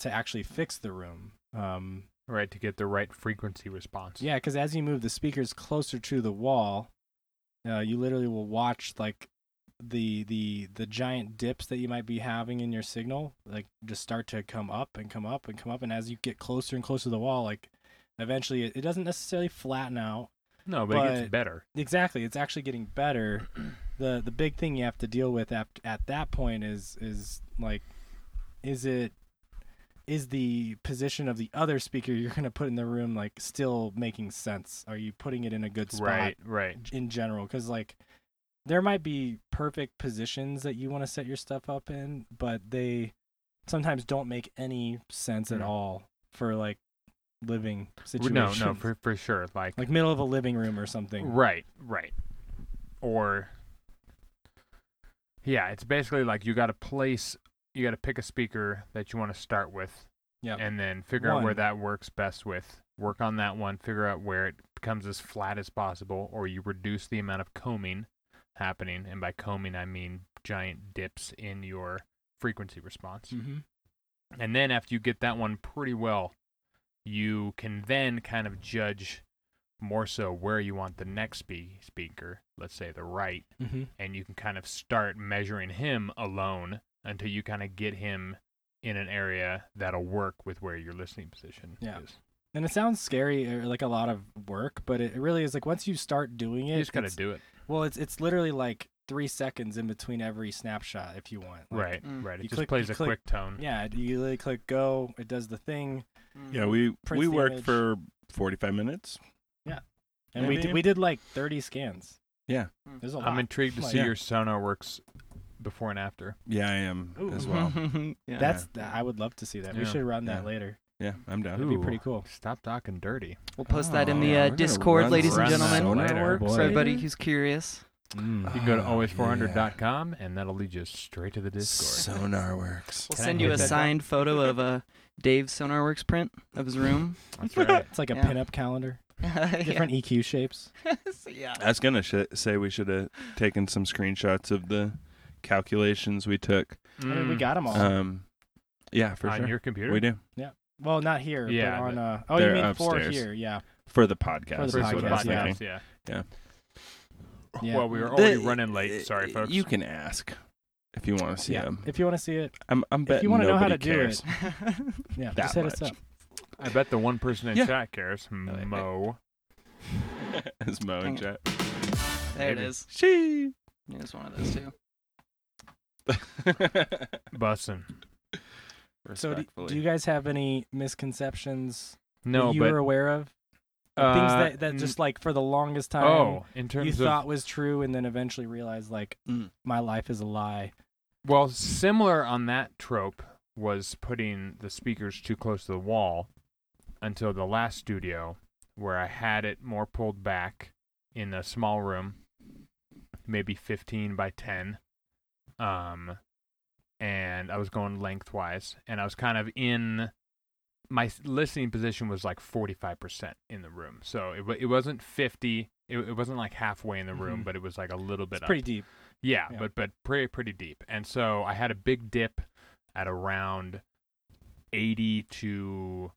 to actually fix the room. Um,
Right to get the right frequency response.
yeah, because as you move the speakers closer to the wall, uh, you literally will watch like the the the giant dips that you might be having in your signal like just start to come up and come up and come up and as you get closer and closer to the wall like eventually it, it doesn't necessarily flatten out
No, but, it
But-
gets better.
exactly it's actually getting better the the big thing you have to deal with at, at that point is is like is it is the position of the other speaker you're going to put in the room like still making sense are you putting it in a good spot
Right, right.
in general because like there might be perfect positions that you want to set your stuff up in but they sometimes don't make any sense at
Yeah.
all for like living
R-
situations
Mm. No, no, for for sure. Like,
like middle of a living room or something
right, right. Or yeah, it's basically like you got to place, you got to pick a speaker that you want to start with,
yeah
and then figure out where
One.
that works best with. Work on that one. Figure out where it becomes as flat as possible, or you reduce the amount of combing happening. And by combing, I mean giant dips in your frequency response.
mm-hmm.
And then after you get that one pretty well, you can then kind of judge more so where you want the next spe- speaker, let's say the right,
Mm-hmm.
and you can kind of start measuring him alone until you kind of get him in an area that'll work with where your listening position
Yeah.
is.
And it sounds scary or like a lot of work, but it it really is like once you start doing it,
You just gotta
it's-
do it.
well, it's it's literally like three seconds in between every snapshot if you want. Like,
Right,
Mm.
right. It
You
just
click-
plays
you
a
click-
quick tone.
Yeah, you literally click go. It does the thing,
Mm.
Yeah, we
Print
we
the
worked
image.
for 45 minutes.
and
I
we did,
mean-
we did like thirty scans.
Yeah.
It was a
I'm
lot.
intrigued to
Like-
see
Yeah.
your sonar works before and after.
Yeah, I am
Ooh.
as well.
yeah.
That's I would love to see that. We
Yeah.
should run that
Yeah.
later.
Yeah, I'm down.
That'd be pretty
Ooh.
cool.
Stop talking dirty.
We'll post that in
Oh,
the
yeah,
uh,
we're gonna
Discord,
run
ladies and
Run that
sonar
gentlemen.
later.
works
For
Boy.
everybody who's curious.
You can go
Ah,
to
Oh,
alwaysforehundred.com and that'll lead you straight to the Discord.
Sonar works.
We'll
Can I
send you
hit
a
that?
signed photo of uh, Dave's Sonarworks print of his room.
That's right.
It's like a
Yeah.
pinup calendar,
yeah.
different EQ shapes.
yeah.
I was gonna sh- say we should have taken some screenshots of the calculations we took.
I mean, we
Mm.
got them all.
Um, yeah, for
on
sure.
your computer.
we do
well, not here.
Yeah,
but on
but
uh, oh, you
they're
mean for
upstairs.
here? Yeah.
for the podcast.
For the
is what I
podcast,
was
yeah.
thinking.
yeah.
Yeah. uh,
Well, we were already
The-
running late. Sorry, folks.
You can ask if you want to see
yeah.
them.
If you want to see it,
I'm, I'm
if
betting
you want to know how to
nobody cares.
do it, yeah,
that
just hit us
much.
up.
I bet the one person in
Yeah.
chat cares. Mo.
As Mo and
Dang
Jet.
There it
Maybe.
is.
She.
It was one of those two.
Bussin.
So, do, do you guys have any misconceptions
No,
that you
but
were aware of?
uh,
Things that, that
n-
just like for the longest time
oh, in terms
you
of
thought was true, and then eventually realized like
Mm.
my life is a lie.
well, similar on that trope was putting the speakers too close to the wall until the last studio where I had it more pulled back in a small room, maybe 15 by 10. Um, and I was going lengthwise, and I was kind of in my s- listening position was like 45% in the room. So it, wa- it wasn't 50, it, it wasn't like halfway in the room,
Mhm.
but it was like a little bit
It's
up.
pretty deep.
Yeah,
Yeah.
but but pretty pretty deep. And so I had a big dip at around 80 to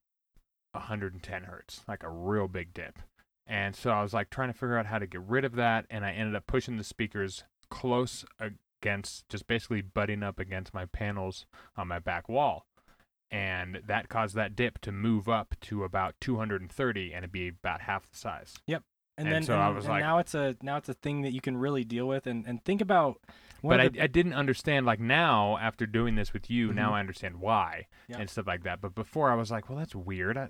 110 hertz, like a real big dip. And so I was like trying to figure out how to get rid of that and I ended up pushing the speakers close against just basically butting up against my panels on my back wall. And that caused that dip to move up to about 230 and it'd be about half the size.
And,
And
then
so
and,
I was
and
like-
now it's a now it's a thing that you can really deal with and, and think about. One
but
of
I,
the-
I didn't understand like now after doing this with you now
Mhm.
i understand why
Yeah.
and stuff like that but before i was like well that's weird i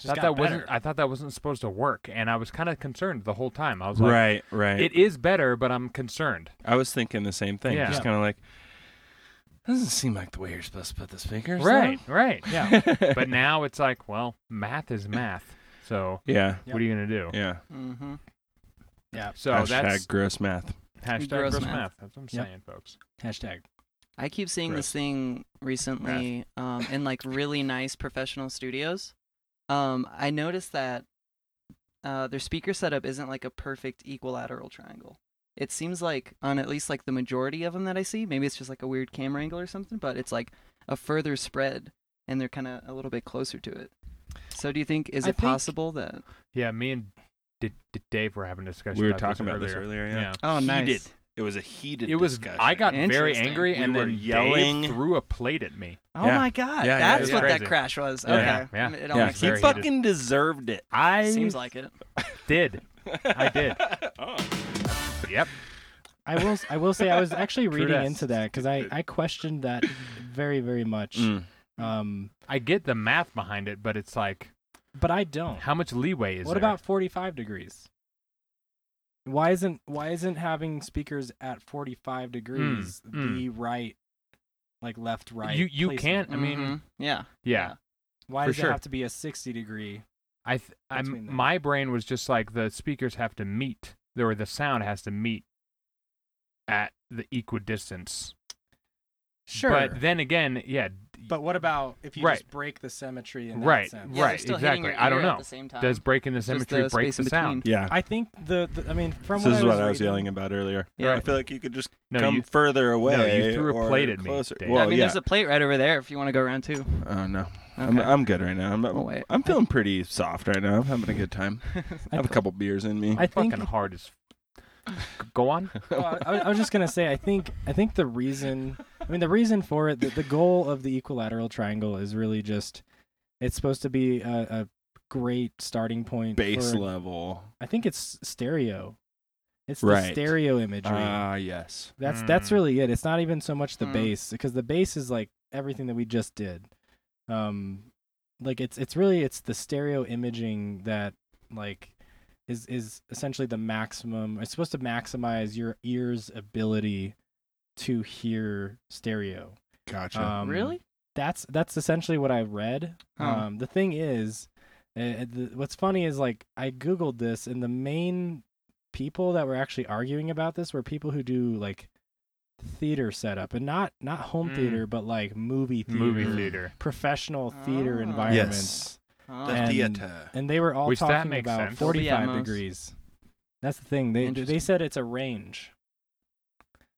just
thought that
got
wasn't
better.
i thought that wasn't supposed to work and i was kind of concerned the whole time i was like
Right, right.
it is better but i'm concerned
I was thinking the same thing.
Yeah.
Just
Yeah.
kind of like, doesn't seem like the way you're supposed to put the speakers.
right right
yeah.
though."
but now it's like well math is math so
yeah,
Yeah.
what are you gonna do
yeah.
Mm-hmm.
so
Hashtag
that's
gross math.
hashtag
Gross
gross
math.
math. that's what i'm
Yep.
saying folks
Hashtag.
I keep seeing this
Gross.
thing recently um, in like really nice professional studios. Um, I noticed that uh, their speaker setup isn't like a perfect equilateral triangle. It seems like on at least like the majority of them that I see, maybe it's just like a weird camera angle or something, but it's like a further spread and they're kind of a little bit closer to it. So do you think is
I
it
think-
possible that
yeah me and D- D- dave were having a discussion
We were
about
talking about this earlier. Yeah.
Oh, nice.
Heated. It was a heated.
it was i got very
Interesting.
angry
We
and
were
then Dave
yelling.
threw a plate at me
Oh
Yeah.
my god,
Yeah, yeah,
that's
yeah.
what that
Crazy.
crash was.
Yeah.
Okay.
Yeah.
It all
Yeah,
makes
he
very
sense.
heated.
fucking deserved it.
i
Seems like it.
did I did.
oh.
Yep.
I will. s- I will say I was actually
True
reading
that.
into that because I, I questioned that very very much.
Mm.
Um,
I get the math behind it, but it's like,
but I don't.
how much leeway is
Oh. what
there?
about 45 degrees? Why isn't why isn't having speakers at 45 degrees
mm.
the right like left right?
You- you
placement?
can't- I mean-
Mhm. yeah.
Yeah,
Why
for
does
sure.
it have to be a 60 degree?
I, th-
Between
I'm.
the-
My brain was just like the speakers have to meet, or the sound has to meet at the equidistance.
Sure.
But then again, yeah. d-
But what about if you
Right.
just break the symmetry in that
right,
sense?
Yeah, they're
right,
still hitting
exactly.
your
I don't
ear at
know.
the same time.
Does breaking the symmetry
the
break
space
the
in
sound?
Yeah.
I think the, the I mean from
this
what
is
I was
what I was
reading-
yelling about earlier.
uh,
Yeah.
I feel like you could just
No,
come
you-
further away.
threw a
or
plate at me,
closer.
Dave.
Well,
I mean,
yeah.
there's a plate right over there if you want to go around too.
oh no, I'm,
Okay.
I'm good right now. I'm
We'll wait.
I'm feeling pretty soft right now. I'm having a good time. I have a couple beers in me.
I think
Fucking hard as. go on.
Well, I, I was just gonna say, I think I think the reason, I mean, the reason for it, the, the goal of the equilateral triangle is really just, it's supposed to be a, a great starting point.
Base
for-
level.
I think it's stereo. It's the
Right.
stereo imagery.
Ah, yes.
that's that's
Mm.
really it. It's not even so much the
Mm.
bass because the bass is like everything that we just did. Um, like it's it's really it's the stereo imaging that like is is essentially the maximum. It's supposed to maximize your ear's ability to hear stereo.
Gotcha.
Uh,
Um,
really?
That's that's essentially what I read.
Oh.
Huh.
Um, the thing is, uh, the, what's funny is like I googled this, and the main people that were actually arguing about this were people who do like theater setup, and not not home
Mm.
theater, but like movie theater,
Movie theater.
professional theater
Ah.
environments,
Oh.
The And-
theater.
and they were all
Which that
talking
makes
about
sense.
forty
Dolby
five
Atmos.
degrees. That's the thing. They they
Interesting.
said it's a range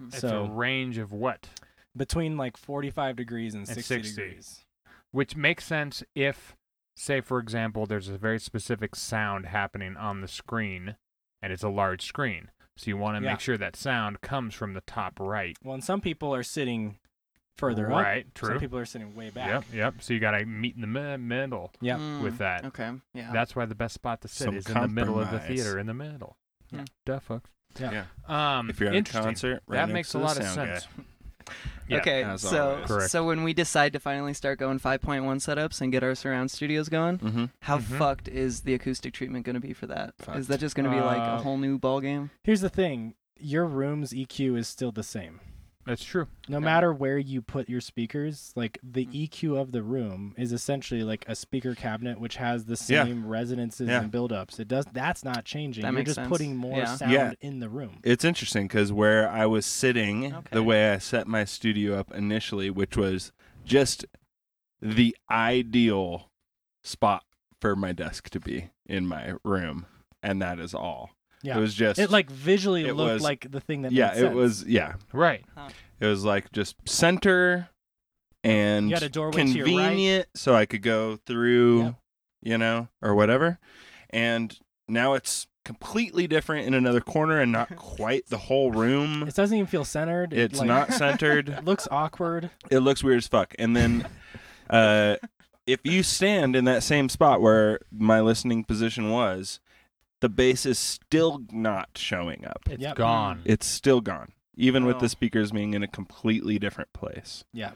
Hmm.
It's
So-
a range of what,
between like forty five degrees and
And
sixty,
60.
degrees.
which makes sense if, say, for example, there's a very specific sound happening on the screen, and it's a large screen. So you want to
Yeah.
make sure that sound comes from the top right.
Well, and some people are sitting further up.
Right, true.
Some people are sitting way back.
Yep, yep. So you got to meet in the mi- middle
Yeah.
Mm,
with that.
Okay. Yeah.
That's why the best spot to sit
Some
is in the middle of the
compromise.
theater, in the middle.
Yeah.
Duh, fuck.
Yeah.
Yeah.
Um,
If you're at a
interesting.
concert, right
that
next
makes
to
a
the
lot of
sound guy.
sense. Yeah.
okay.
as
so
always.
Correct.
so when we decide to finally start going 5.1 setups and get our surround studios going,
Mm-hmm.
how
Mhm.
fucked is the acoustic treatment going to be for that? Is
Fucked.
that just going to be like a
Uh,
whole new ball game?
Here's the thing your room's EQ is still the same.
That's true.
No
Okay.
matter where you put your speakers, like the
Mm.
EQ of the room is essentially like a speaker cabinet which has the
Yeah.
same resonances
Yeah.
and buildups. It does that's not changing.
That
You're
makes
just
sense.
putting more
Yeah.
sound
Yeah.
in the room.
It's interesting because where I was sitting,
Okay.
the way I set my studio up initially, which was just the ideal spot for my desk to be in my room, and that is all.
Yeah.
It was just
It like visually
it
looked
was-
like the thing that
yeah,
made
it
sense.
was yeah,
Right.
it was like just center and
You had a doorway to your right.
convenient, so I could go through,
Yep.
you know, or whatever. And now it's completely different in another corner and not quite the whole room.
It doesn't even feel centered. It,
It's
like,
not centered.
it looks awkward.
It looks weird as fuck. And then uh, if you stand in that same spot where my listening position was, the bass is still not showing up.
It's
Yep.
gone.
It's still gone, even with
Wow.
the speakers being in a completely different place.
Yeah.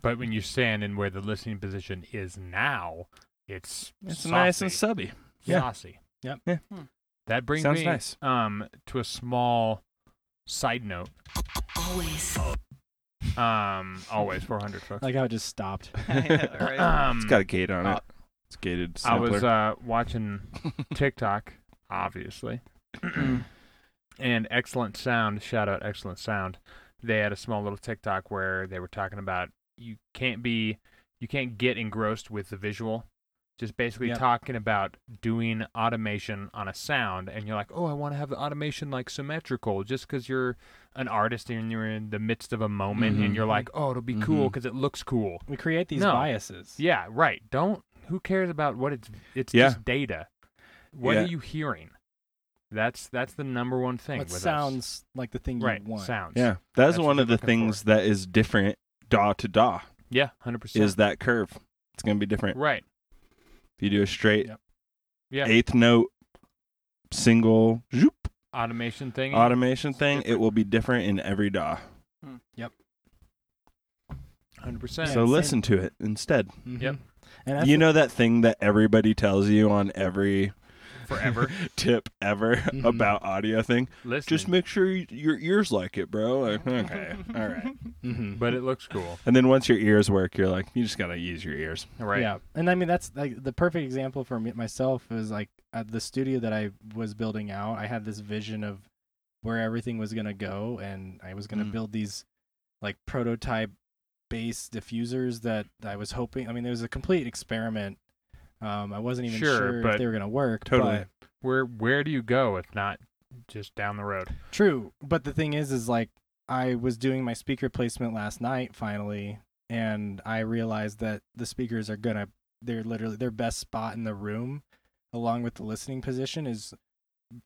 But when you stand in where the listening position is now, it's
It's
saucy.
nice and subby.
Yeah.
saucy.
Yep.
Yeah.
Hmm.
That brings
Sounds
me
nice.
um to a small side note.
Always.
Um, always 400 folks.
Like how it just stopped.
Yeah, right.
um,
It's got a gate on
uh,
it. It's gated.
I was
sampler.
uh, watching
um,
TikTok, obviously,
Hmm.
and Excellent Sound. Shout out Excellent Sound. They had a small little TikTok where they were talking about you can't be, you can't get engrossed with the visual. Just basically
Yep.
talking about doing automation on a sound, and you're like, oh, I want to have the automation like symmetrical, just because you're an artist and you're in the midst of a moment, and
Mm-hmm.
Mhm.
you're like, oh, it'll be cool
Mhm.
because it looks cool.
We create these
No.
biases.
Yeah, right. Don't. Who cares about what it's? It's
Yeah.
just data. What
Yeah.
are you hearing? That's that's the number one thing.
What
with us.
sounds like the thing you
right?
want.
Sounds.
yeah,
that's
that's
what
one of
they're
the
looking for.
things that is different DAW to DAW
Yeah. Hundred percent.
is that curve. It's gonna be different
right?
if you do a straight
Yep.
Yeah.
eighth note single zoop,
Automation thing.
automation thing. It will be different in every DAW.
Hundred percent.
Yeah,
so
same.
listen to it instead.
Mhm.
Yep.
And that's
you know that thing that everybody tells you on every
Forever.
tip ever
Mhm.
about audio thing.
Listen.
Just make sure you, your ears like it, bro. Like, okay, all right.
Mhm.
But it looks cool,
And then once your ears work, you're like, you just gotta use your ears.
right?
Yeah, and I mean that's like the perfect example for me myself is like at the studio that I was building out. I had this vision of where everything was gonna go, and I was gonna
Mm.
build these like prototype base diffusers that I was hoping. I mean, it was a complete experiment. Um, I wasn't even
Sure,
sure if
but-
they were gonna work.
Totally.
but-
Where Where do you go if not just down the road?
True, but the thing is, is like I was doing my speaker placement last night finally, and I realized that the speakers are gonna they're literally their best spot in the room, along with the listening position, is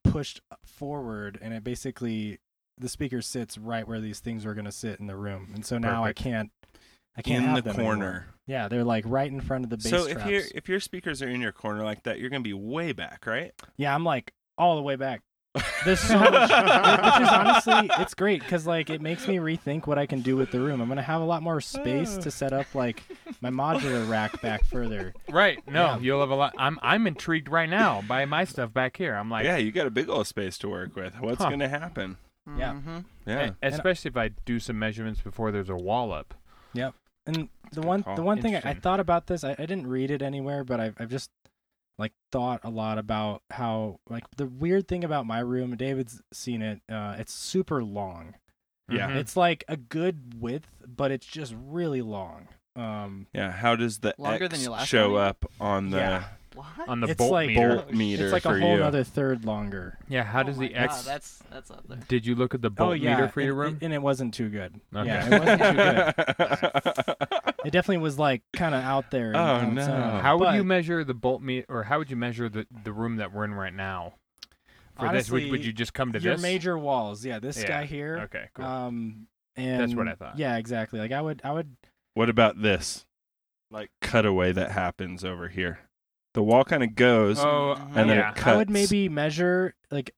pushed forward, and it basically the speaker sits right where these things were going to sit in the room, and so now
Perfect.
I can't. I can't
in
have
the
them anymore.
corner.
Yeah, they're like right in front of the bass
So if
traps.
your if your speakers are in your corner like that, you're gonna be way back, right?
Yeah, I'm like all the way back. There's so much, which is honestly, it's great because like it makes me rethink what I can do with the room. I'm gonna have a lot more space to set up like my modular rack back further.
Right. No,
Yeah.
you'll have a lot. I'm I'm intrigued right now by my stuff back here. I'm like,
yeah, you got a big old space to work with. What's
Huh.
gonna happen?
Yeah.
Mhm.
Yeah.
e- especially if I do some measurements before there's a wall up.
And the
good
one,
call.
the one thing I, I
Interesting.
thought about this, I, I didn't read it anywhere, but I've, I've just like thought a lot about how like the weird thing about my room. David's seen it. Uh, it's super long.
Yeah.
Mhm.
It's like a good width, but it's just really long. Um,
Yeah, how does the
Longer
X
than your last
show
one?
up on the
Yeah.
What?
on the
it's
bolt
like-
meter.
bolt meter
it's like a
for
whole
you?
other third longer.
Yeah. How
Oh
does
my
the
God,
X?
that's that's up there.
Did you look at the bolt meter for
and,
your room?
and- and Oh, it wasn't too good. Yeah,
Okay.
it wasn't too good. It definitely was like kind of out there. and
Oh,
on its own.
no.
how would you
But
measure the bolt meter, or how would you measure the, the room that we're in right now? For this, would, would
Honestly,
you just come to
your
this?
major walls? Yeah, this
Yeah.
guy here.
okay, cool.
Um, and
what I thought.
Yeah, exactly. Like I would, I would.
What about this? Like cutaway that happens over here. The wall kind of goes
oh,
uh,
and then
yeah,
it cuts.
I would maybe measure like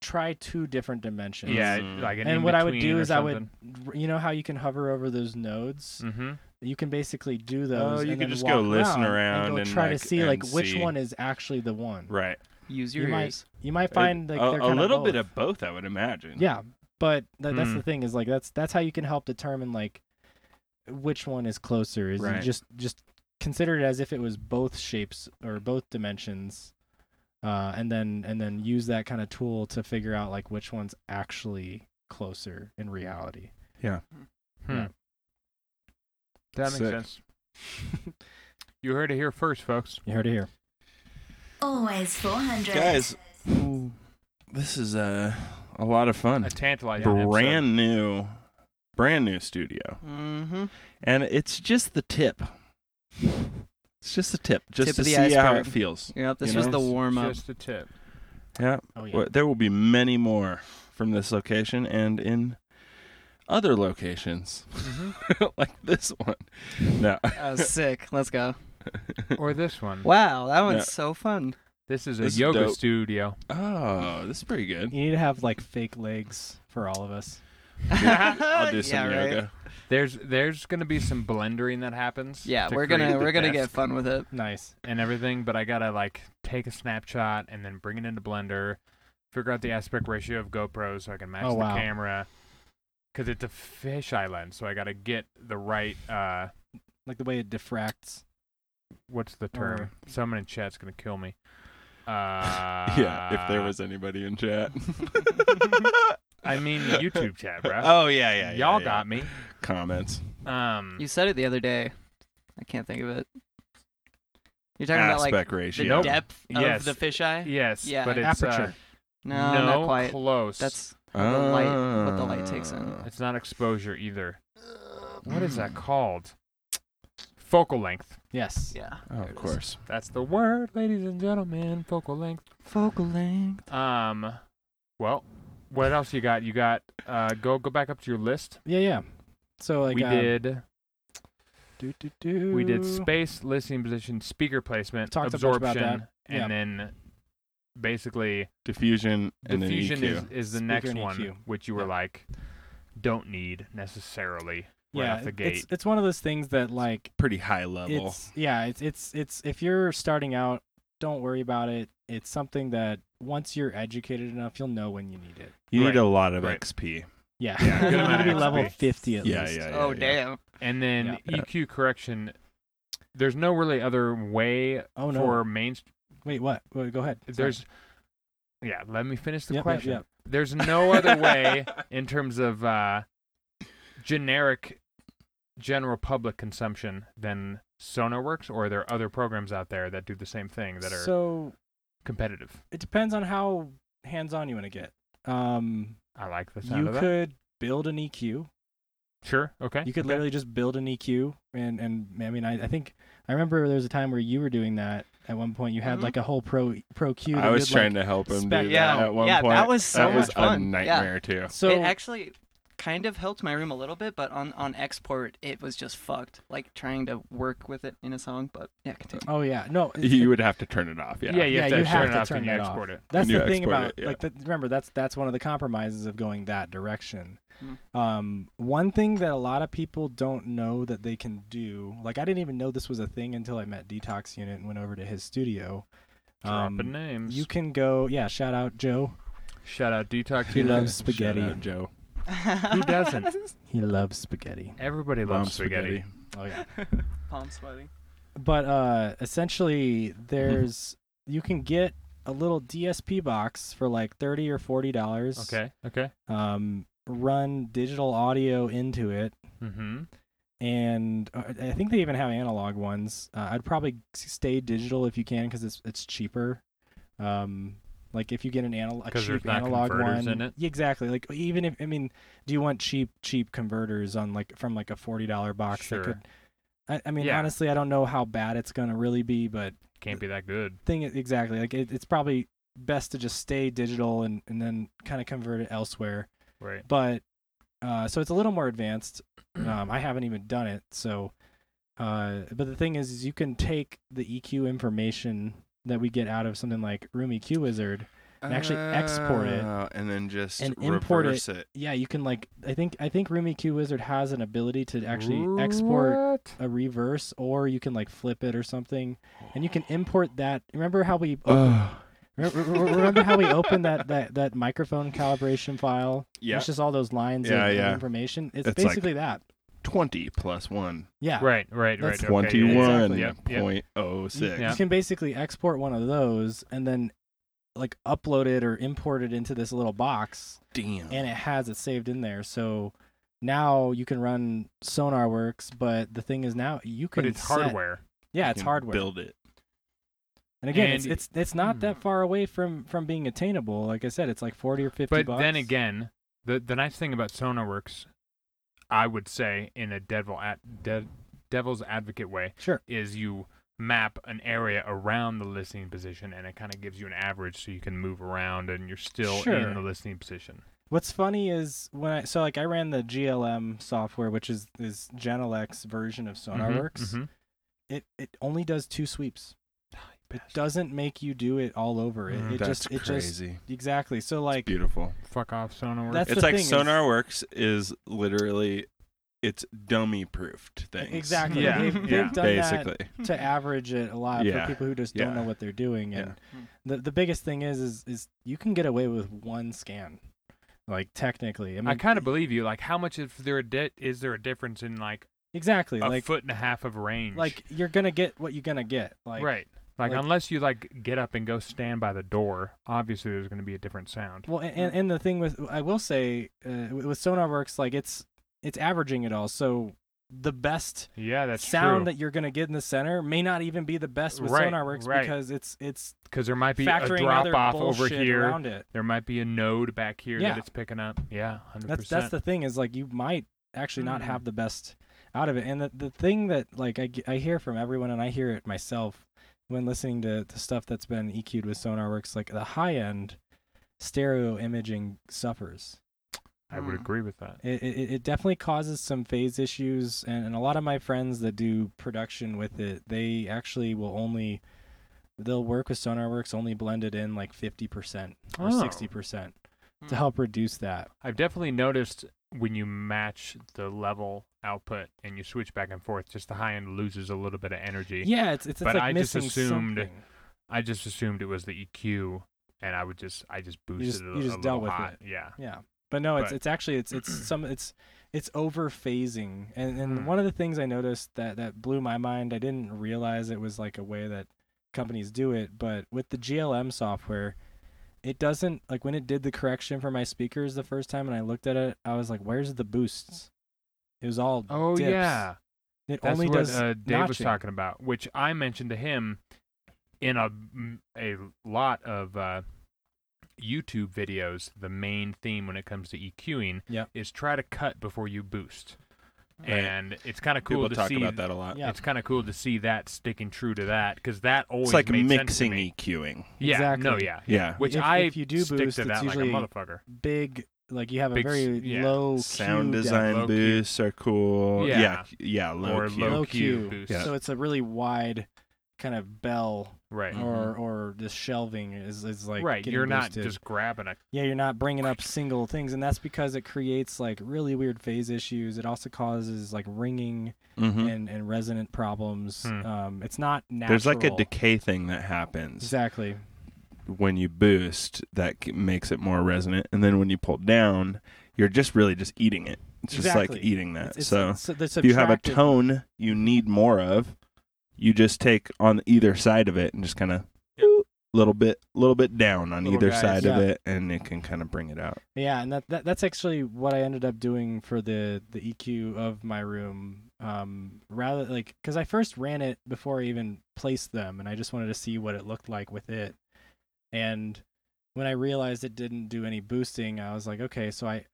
try two different dimensions.
yeah,
Mm.
like an
And what I would
in-between
do
or
is I would, you know how you can hover over those nodes.
something. Mhm.
You can basically
Oh,
do those.
you
and
can
then
just go
walk
listen around
and, go
and,
try
like,
to see like
and
which
see.
one is actually the one.
right.
Use your
You might-
ears.
You might find like
a,
they're
a
kinda
little bit
both.
of both, I would imagine.
Yeah, but th- that's
Hmm.
the thing is like that's that's how you can help determine like which one is closer. Is you
Right.
just just consider it as if it was both shapes or both dimensions, uh, and then and then use that kind of tool to figure out like which one's actually closer in reality.
Hmm.
Yeah.
That makes
Sick.
sense. you heard it here first, folks.
You heard it here.
Always 400.
Guys, this is uh, a lot of fun.
A tantalizing episode.
brand new, brand new studio,
Mm-hmm.
and it's just the tip. It's just the tip, just
Tip
to
of the
see how
iceberg.
it feels.
Yep, this
You
was
know,
the
Just-
warm up.
Just a tip.
Yeah,
Oh yeah.
Well, there will be many more from this location and in other locations
Mm-hmm.
like this one. No,
That was sick. Let's go.
or this one.
Wow, that one's
Yeah.
so fun.
This is a
This is
yoga
dope.
studio.
oh, this is pretty good.
You need to have like fake legs for all of us.
I'll do some
Yeah, right.
yoga.
There's there's gonna be some blendering that happens.
Yeah,
to
we're
create
gonna
the
we're gonna get
desk
fun with it.
Nice.
and everything, but I gotta like take a snapshot and then bring it into Blender, figure out the aspect ratio of GoPro so I can match
Oh, wow.
the camera. Cause it's a fisheye lens, so I gotta get the right uh
Like the way it diffracts.
what's the
Or-
term? Someone in chat's gonna kill me. Uh,
yeah, if there was anybody in chat.
I mean YouTube chat, bro.
Oh yeah, yeah. yeah,
Y'all
yeah.
got me.
comments.
Um,
You said it the other day. I can't think of it. You're talking about
Aspect
like the
ratio.
depth
Yes.
of the fisheye.
yes,
Yeah.
but it's uh,
Aperture.
No,
no,
not quite.
close.
That's how the light, what the light takes in.
Ah.
It's not exposure either. What is
Mm.
that called? Focal length.
Yes.
Yeah.
Oh, of course.
That's the word, ladies and gentlemen. Focal length.
Focal length.
Um, well, what else you got? You got uh, go go back up to your list.
Yeah. Yeah. So like
we
uh,
did
Do, do, do.
we did space, listening position, speaker placement,
Talked a bunch
absorption,
about that.
and
Yeah.
then basically
Diffusion and E
diffusion
then EQ.
is is the
E Speaker
next
and E
one,
EQ.
which you were
Yeah.
like, don't need necessarily right
yeah.
off the
it- it's-
gate.
it's one of those things that like
pretty high level.
It's yeah, it's it's it's if you're starting out, don't worry about it. It's something that once you're educated enough, you'll know when you need it.
you
right,
need a lot of
right.
XP.
Yeah,
Yeah,
good
you
amount
need to
of
be level
XP.
fifty at
Yeah, yeah,
least.
yeah.
oh
yeah.
damn.
And then
Yeah.
EQ correction. There's no really other way
Oh no!
for main.
Wait, what? Wait, go ahead. Sorry.
There's, yeah. Let me finish the
Yep, yep,
question.
yep.
There's no other way in terms of uh, generic, general public consumption than SonarWorks, or are there other programs out there that do the same thing that are
So
competitive?
it depends on how hands-on you want to get. Um,
I like the sound
you
of that.
E could build an EQ.
Sure. Okay.
You could
okay.
literally just build an EQ, and and I mean, I, I think I remember there was a time where you were doing that. At one point, you had
Mm-hmm.
Mhm.
like a whole pro pro Q.
I was trying to help him
spec
do
Yeah.
that at one
Yeah,
point.
that was so
that was
much fun.
a
Yeah.
nightmare too.
So
it actually kind of helped my room a little bit, but on on export it was just fucked. Like trying to work with it in a song, but yeah, continue.
oh yeah, no,
You would have to turn it off. Yeah.
Yeah, you have to
you
turn
have
it
to
off
turn
and you
that
export
off.
it.
That's
And
the
you
thing
export
about
it, yeah.
like that, remember that's that's one of the compromises of going that
Mm-hmm.
direction.
Mm.
Um, one thing that a lot of people don't know that they can do, like I didn't even know this was a thing until I met Detox Unit and went over to his studio. Um,
Dropping names.
you can go, yeah. Shout out Joe.
Shout out Detox.
He
Unit.
loves spaghetti.
Shout out, Joe.
Who doesn't?
He loves spaghetti.
Everybody
Mom
loves spaghetti.
Oh yeah.
Palm sweating.
but uh essentially
Mm-hmm.
there's you can get a little DSP box for like 30 or 40 dollars.
Okay. Okay.
Um run digital audio into it
Mm-hmm.
and uh, I think they even have analog ones. Uh, I'd probably s- stay digital if you can cuz it's it's cheaper. Um like if you get an anal- a
'Cause there's
cheap
not
analog
converters
one
in it?
Yeah, exactly like even if i mean do you want cheap cheap converters on like from like a $40 box
Sure.
that could I, I mean
Yeah.
honestly I don't know how bad it's going to really be but
Can't be that good.
thing is- exactly like it, it's probably best to just stay digital and, and then kind of convert it elsewhere
Right.
but uh, so it's a little more advanced um, i haven't even done it so uh, but the thing is, is you can take the eq information that we get out of something like room eq wizard And actually export it.
Oh, and then just
And import
reverse it.
yeah you can like i think i think room eq wizard has an ability to actually export
What?
a reverse or you can like flip it or something and you can import that remember how we
Ugh.
Re- re- re- Remember how we opened that, that, that microphone calibration file?
Yeah.
It's just all those lines of-
Yeah,
of,
yeah.
information. It's,
It's like-
basically that.
Twenty plus one.
Yeah.
Right. Right. Right.
That's
okay,
Twenty
yeah, yeah,
one
exactly.
Yep. Yep.
point oh
You,
six.
you
Yeah.
can basically export one of those and then like upload it or import it into this little box
Damn.
and it has it saved in there. So now you can run SonarWorks, but the thing is now you can
But it's
set-
hardware.
Yeah, it's hardware.
Build it.
And again, it's,
And-
it's it's not
Hmm.
that far away from from being attainable. Like I said, it's like 40 or 50
But
bucks.
then again, the the nice thing about SonarWorks, I would say, in a devil at de- devil's advocate way,
Sure.
is you map an area around the listening position, and it kind of gives you an average, so you can move around, and you're still
Sure.
in the listening position.
What's funny is when I so like I ran the GLM software, which is is Genelex version of
Mm-hmm,
SonarWorks.
Mhm, mhm.
It it only does two sweeps. It doesn't make you do it all over. It,
Mm.
it
That's
just it just
crazy.
exactly. So like
Beautiful.
Fuck off, SonarWorks.
That's-
it's
the
like
thing is-
SonarWorks is literally it's dummy proofed things.
e, exactly,
Yeah,
they've,
yeah.
they've done
Basically.
that to average it a lot
Yeah,
for people who just
yeah,
don't know what they're doing.
yeah.
And the the biggest thing is is is you can get away with one scan, like technically. I mean,
I kind of believe you. Like, how much is there a di- is there a difference in like
exactly
a
like
foot and a half of range?
like you're gonna get what you're gonna get. Like
right. Like,
like-
unless you like get up and go stand by the door, obviously there's going to be a different sound.
Well, a- and, and the thing with I will say uh, with with SonarWorks, like it's it's averaging it all. So the best
Yeah, that's
sound
true.
that you're gonna get in the center may not even be the best with
Right,
SonarWorks
right.
because it's it's
because there might be a
factoring
drop
other
off over
bullshit
here.
around it.
There might be a node back here
Yeah.
that it's picking up. Yeah, hundred
That's
percent.
that's the thing is like you might actually not
Mm.
have the best out of it. And the the thing that like I, g- I hear from everyone and I hear it myself when listening to, to stuff that's been EQ'd with SonarWorks, like the high end stereo imaging suffers.
I would
Hmm.
Mm.
agree with that.
it, it, it definitely causes some phase issues and, and a lot of my friends that do production with it they actually will only they'll work with sonarworks only blended in like 50% or
Oh.
60%
Hmm.
to help reduce that
I've definitely noticed when you match the level output and you switch back and forth, just the high end loses a little bit of energy.
yeah it's it's, it's
But
like
I just
missing
assumed
something.
I just assumed it was the EQ, and I would just I just boosted
just-
it a,
you just
a little
dealt with
hot. Yeah.
yeah but no it's
But-
it's actually it's it's some it's it's over phasing and and
Hmm.
one of the things i noticed that that blew my mind i didn't realize it was like a way that companies do it but with the glm software it doesn't like when it did the correction for my speakers the first time and i looked at it i was like where's the boosts it was all
Oh
dips.
yeah,
it
that's
only
what
does
uh, Dave was
notching.
talking about, which I mentioned to him in a m- a lot of uh, YouTube videos. The main theme when it comes to E EQing
Yep.
is try to cut before you boost. and it's kind of cool
People
to
talk
see.
about that a lot.
Yeah.
It's kind of cool to see that sticking true to that because that always
It's like
made sense to
mixing
me.
EQing.
Yeah,
Exactly.
no, yeah,
Yeah.
Which
If-
I
if you do
stick
boost,
to that
it's
like a
usually-
motherfucker.
big like you have a
Big s-
very
yeah.
low
Sound
Q depth,
design
low key.
boosts are cool.
Yeah.
Yeah. c- Yeah. Low
or
Q.
low
Low
Q,
Q.
boost.
Yeah.
so it's a really wide kind of bell
Right,
Mhm.
Mm-hmm.
or or this shelving is, is like
right.
getting
You're not
boosted.
just grabbing a
yeah you're not bringing up single things and that's because it creates like really weird phase issues it also causes like ringing
Mhm.
and and resonant problems
Hmm.
um it's not natural
There's like a decay thing that happens
exactly
when you boost that c- makes it more resonant, and then when you pull down, you're just really just eating it. It's just like
Exactly.
eating that.
It's- it's-
so
it's- the
if you have a
subtractive-
tone you need more of, you just take on either side of it and just kind of little bit, little bit down on
Little
either
guys.
side of
Yeah.
it, and it can kind of bring it out.
Yeah, and that, that that's actually what I ended up doing for the the EQ of my room. Um, rather like because I first ran it before I even placed them, and I just wanted to see what it looked like with it. And when I realized it didn't do any boosting, I was like, okay, so I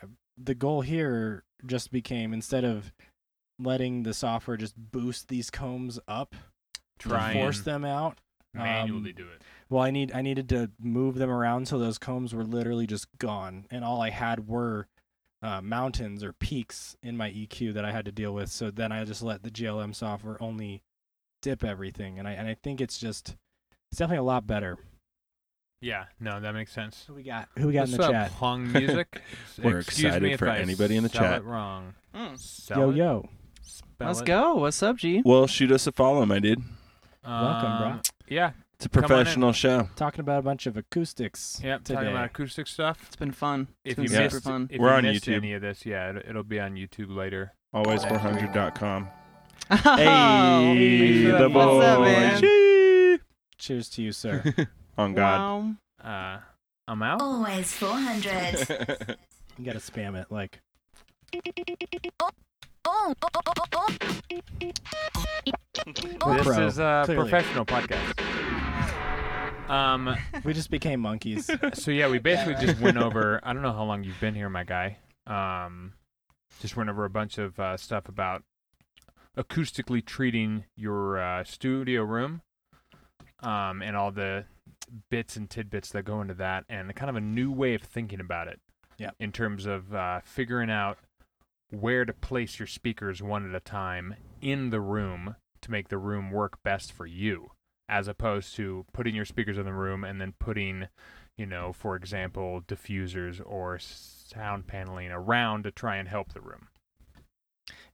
the goal here just became instead of letting the software just boost these combs up
try
to force
and
them out.
manually
um,
do it.
Well, I need I needed to move them around so those combs were literally just gone, and all I had were uh, mountains or peaks in my EQ that I had to deal with. So then I just let the GLM software only dip everything, and I and I think it's just it's definitely a lot better.
Yeah, no, that makes sense.
Who we got? Who we got
What's
in the
up,
chat?
Hung music. S-
We're
Excuse me
excited
if
for
I
anybody in the
spell
chat.
It wrong. Sell
Yo
it,
yo,
spell
Hmm. Let's
it.
go. What's up, G?
Well, shoot us a follow, my dude.
Welcome, bro.
Um, Yeah,
It's a
Come on in.
professional show.
talking about a bunch of acoustics.
yeah.
today.
Talking about acoustic stuff.
It's been fun.
If
it's
you
been
Yeah.
super
missed,
fun.
if
We're
you
on
missed
YouTube.
any of this, yeah, it'll, ittle be on YouTube later.
Always400.com.
Oh,
hey,
Lisa.
the
What's up,
boys.
man?
Gee.
Cheers to you, sir.
On God.
Wow.
Uh, I'm out.
Always 400.
you gotta spam it like.
oh, oh, oh, oh, oh.
Oh,
We're
this
pro,
is a
clearly.
professional podcast. Um.
We just became monkeys.
So yeah, we basically
right.
just went over. I don't know how long you've been here, my guy. Um, just went over a bunch of uh, stuff about acoustically treating your uh, studio room, um, and all the bits and tidbits that go into that, and kind of a new way of thinking about it.
Yep.
In terms of uh, figuring out where to place your speakers one at a time in the room to make the room work best for you, as opposed to putting your speakers in the room and then putting you know, for example, diffusers or sound paneling around to try and help the room.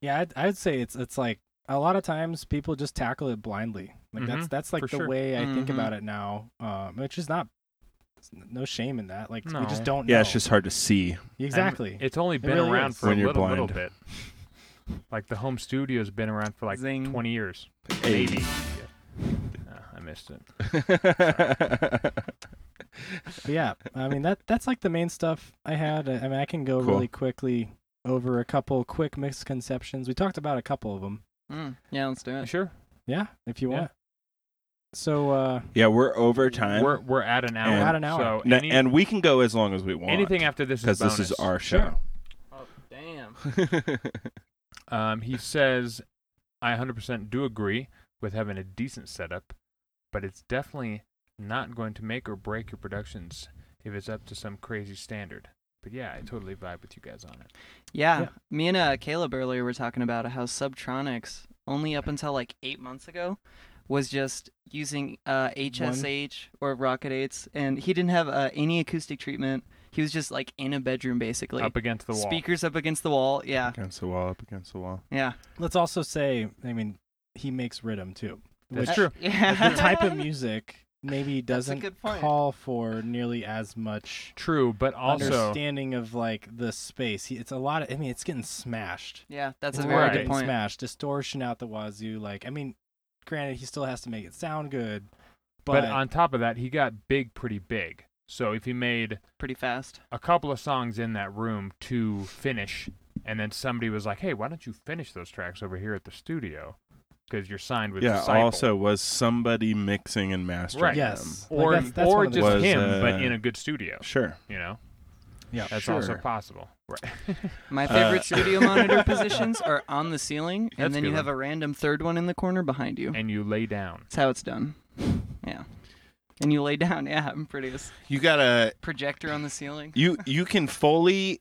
Yeah, I'd, I'd say it's it's like a lot of times people just tackle it blindly. Like that's
Mhm,
that's like
for
the
sure.
way I think
Mm-hmm.
Mhm.
about it now, um, which is not it's n- no shame in that. Like we
No.
just don't.
Yeah,
know.
it's just hard to see.
And
exactly.
it's only been
really
around
is.
for
When
a
you're
little, little
blind.
bit. Like the home studio's been around for like
Zing.
20 years.
Hey.
Uh, I missed it.
But yeah, I mean that that's like the main stuff I had. I I mean I can go
Cool.
really quickly over a couple quick misconceptions. We talked about a couple of them.
Mm, yeah, let's do
You
it.
Sure.
Yeah, if you
Yeah.
want. So uh,
yeah, we're over time.
We're we're at an hour.
And-
At an hour.
So
N-
any,
and we can go as long as we want.
anything after this is
because this
bonus.
is our show.
Sure.
Oh, damn.
Um, he says, I 100% do agree with having a decent setup, but it's definitely not going to make or break your productions if it's up to some crazy standard. But yeah, I totally vibe with you guys on it.
Yeah.
Yeah.
Me and uh, Caleb earlier were talking about how Subtronics, only up until like eight months ago, was just using uh, HSH or Rocket 8s, and he didn't have uh, any acoustic treatment. He was just like in a bedroom, basically.
up against the wall.
Speakers up against the wall. Yeah.
against the wall, up against the wall.
Yeah.
let's also say, I mean, he makes rhythm too.
That's
which
Uh,
true.
Yeah.
the type of music maybe
That's a
doesn't
good point.
call for nearly as much
True, but also
understanding of like the space. He- It's a lot of. I mean, it's getting smashed.
Yeah, that's
it's
a
really
very
right.
good
getting
point.
smashed. Distortion out the wazoo. Like, I mean, granted, he still has to make it sound good,
but,
but,
on top of that, he got big pretty big. So if he made
Pretty fast.
a couple of songs in that room to finish and then somebody was like, "Hey, why don't you finish those tracks over here at the studio?" Cuz you're signed with
yeah.
Disciple.
Also, was somebody mixing and mastering?
Right.
yes, like,
or
that's, that's
or
one of the
just
things.
Was,
him, but
uh,
in a good studio.
them? Sure.
You know,
Yeah.
that's
Sure.
also possible. Right.
My
Uh,
favorite studio monitor positions are on the ceiling,
That's a
and then
good
you have
one.
a random third one in the corner behind you.
and you lay down.
That's how it's done. Yeah. And you lay down. Yeah, I'm prettiest.
You gotta
Projector on the ceiling.
you you can fully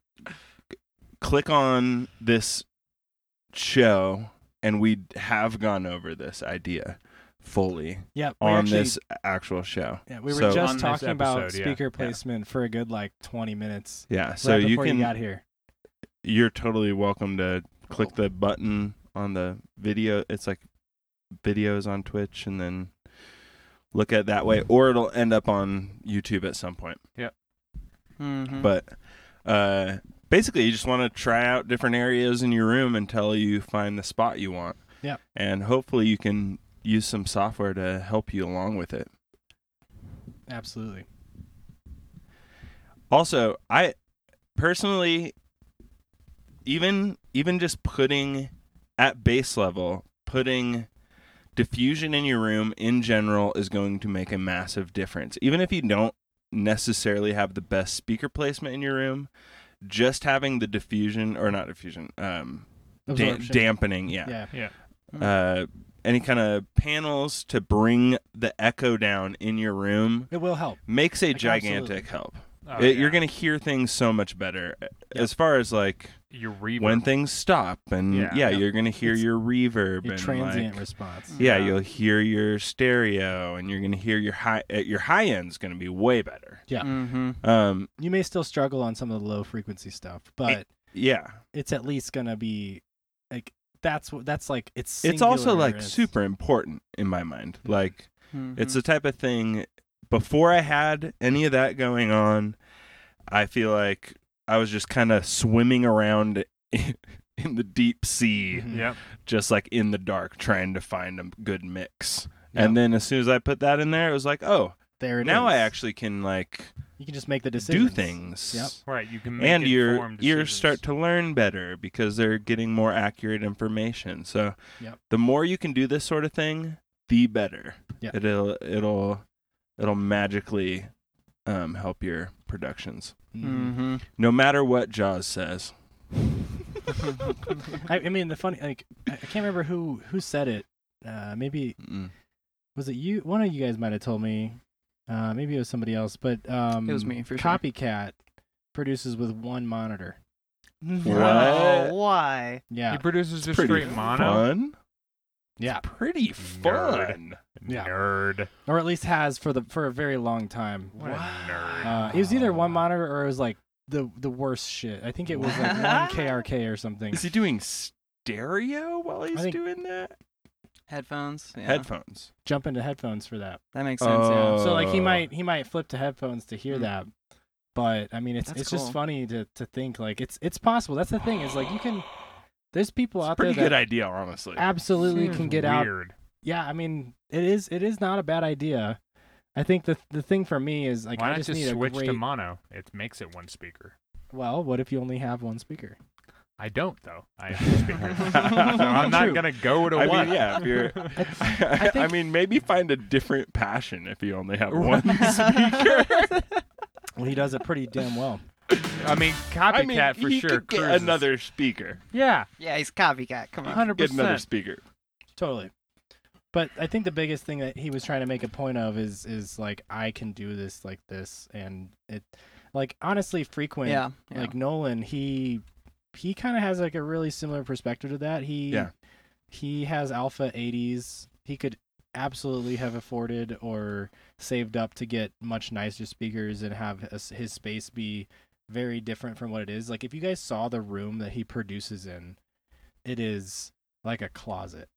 click on this show and we have gone over this idea fully
Yeah, we
on
actually-
this actual show
Yeah, we were
So-
On
just
this
talking about
episode, yeah,
speaker
yeah.
placement for a good like 20 minutes.
yeah so
right
you
before
can
you got here.
you're totally welcome to click the button on the video it's like videos on twitch and then look at it that way or it'll end up on youtube at some point
Mhm.
but uh, basically you just want to try out different areas in your room until you find the spot you want
Yep.
and hopefully you can use some software to help you along with it
Absolutely.
also i personally even even just putting at base level putting diffusion in your room in general is going to make a massive difference even if you don't necessarily have the best speaker placement in your room just having the diffusion or not diffusion um da-
Absorption.
dampening yeah,
Yeah.
Uh, any kind of panels to bring the echo down in your room
It will help.
makes a
Like,
gigantic
absolutely.
help
Oh,
it, You're
yeah.
gonna hear things so much better uh, as far as like
your reverb.
when things stop, and yeah,
Yeah. Yeah.
you're gonna hear
It's-
your reverb
Your
and
transient
like,
response.
yeah,
Yeah.
you'll hear your stereo, and you're gonna hear your high uh, your high end's gonna be way better.
yeah.
Mhm.
Um,
You may still struggle on some of the low frequency stuff, but
yeah,
it's at least gonna be like that's what that's like it's.
it's also
singular
like
and it's-
super important in my mind. Like It's
Mhm.
the type of thing before I had any of that going on, I feel like I was just kind of swimming around in the deep sea,
Mhm.
Yep.
just like in the dark trying to find a good mix.
Yeah.
And then as soon as I put that in there, it was like, oh,
there. it
now I
is.
actually can like
you can just make the decisions.
do things.
Yep.
Right. You can make
And your
informed
ears
decisions.
start to learn better because they're getting more accurate information. So
Yep.
the more you can do this sort of thing, the better.
Yeah.
It'll it'll it'll magically um, help your productions.
Mhm.
Mhm.
No matter what Jaws says.
Mm-hmm.
I, I mean, the funny like I I can't remember who who said it. Uh, maybe
Mm.
was it you? One of you guys might have told me. Uh, maybe it was somebody else, but um,
It was me, for sure.
Copycat produces with one monitor.
No, Mm-hmm. why?
Yeah,
He produces just
Pretty
straight mono.
fun.
yeah,
Pretty fun.
Yeah.
Nerd.
or at least has for the for a very long time.
What a nerd.
Uh, it was either one monitor or it was like the the worst shit. I think it was like one KRK or something.
Is he doing stereo while he's
think-
doing that?
Headphones. Yeah.
Headphones.
Jump into headphones for that.
That makes sense. yeah.
Oh.
So like he
Uh.
might he might flip to headphones to hear
Mm.
that. But I mean it's
That's
it's
cool.
just funny to to think like it's it's possible. That's the thing is like you can there's people
It's a
out there
pretty
that
good idea, honestly.
absolutely
Seems
can get out
weird.
yeah, I mean, it is it is not a bad idea. I think the the thing for me is like
Why
I
not
just,
just,
need a
switch
great.
to mono? It makes it one speaker.
well, what if you only have one speaker?
I don't though. I have two speakers. so
Not
I'm not
true.
gonna go to
I
one.
mean, yeah, if you're, I,
think-
mean, maybe find a different passion if you only have one speaker.
Well, he does it pretty damn well.
I mean, copycat
I mean,
for
he
sure.
could get
cruises.
another speaker.
Yeah,
Yeah, he's copycat. Come on.
hundred
Get another
percent.
speaker.
Totally. But I think the biggest thing that he was trying to make a point of is is like I can do this like this and it like honestly frequent
Yeah. yeah.
like Nolan he he kind of has like a really similar perspective to that. He
Yeah.
he has alpha 80s. He could absolutely have afforded or saved up to get much nicer speakers and have his, his space be very different from what it is. Like if you guys saw the room that he produces in, it is like a closet.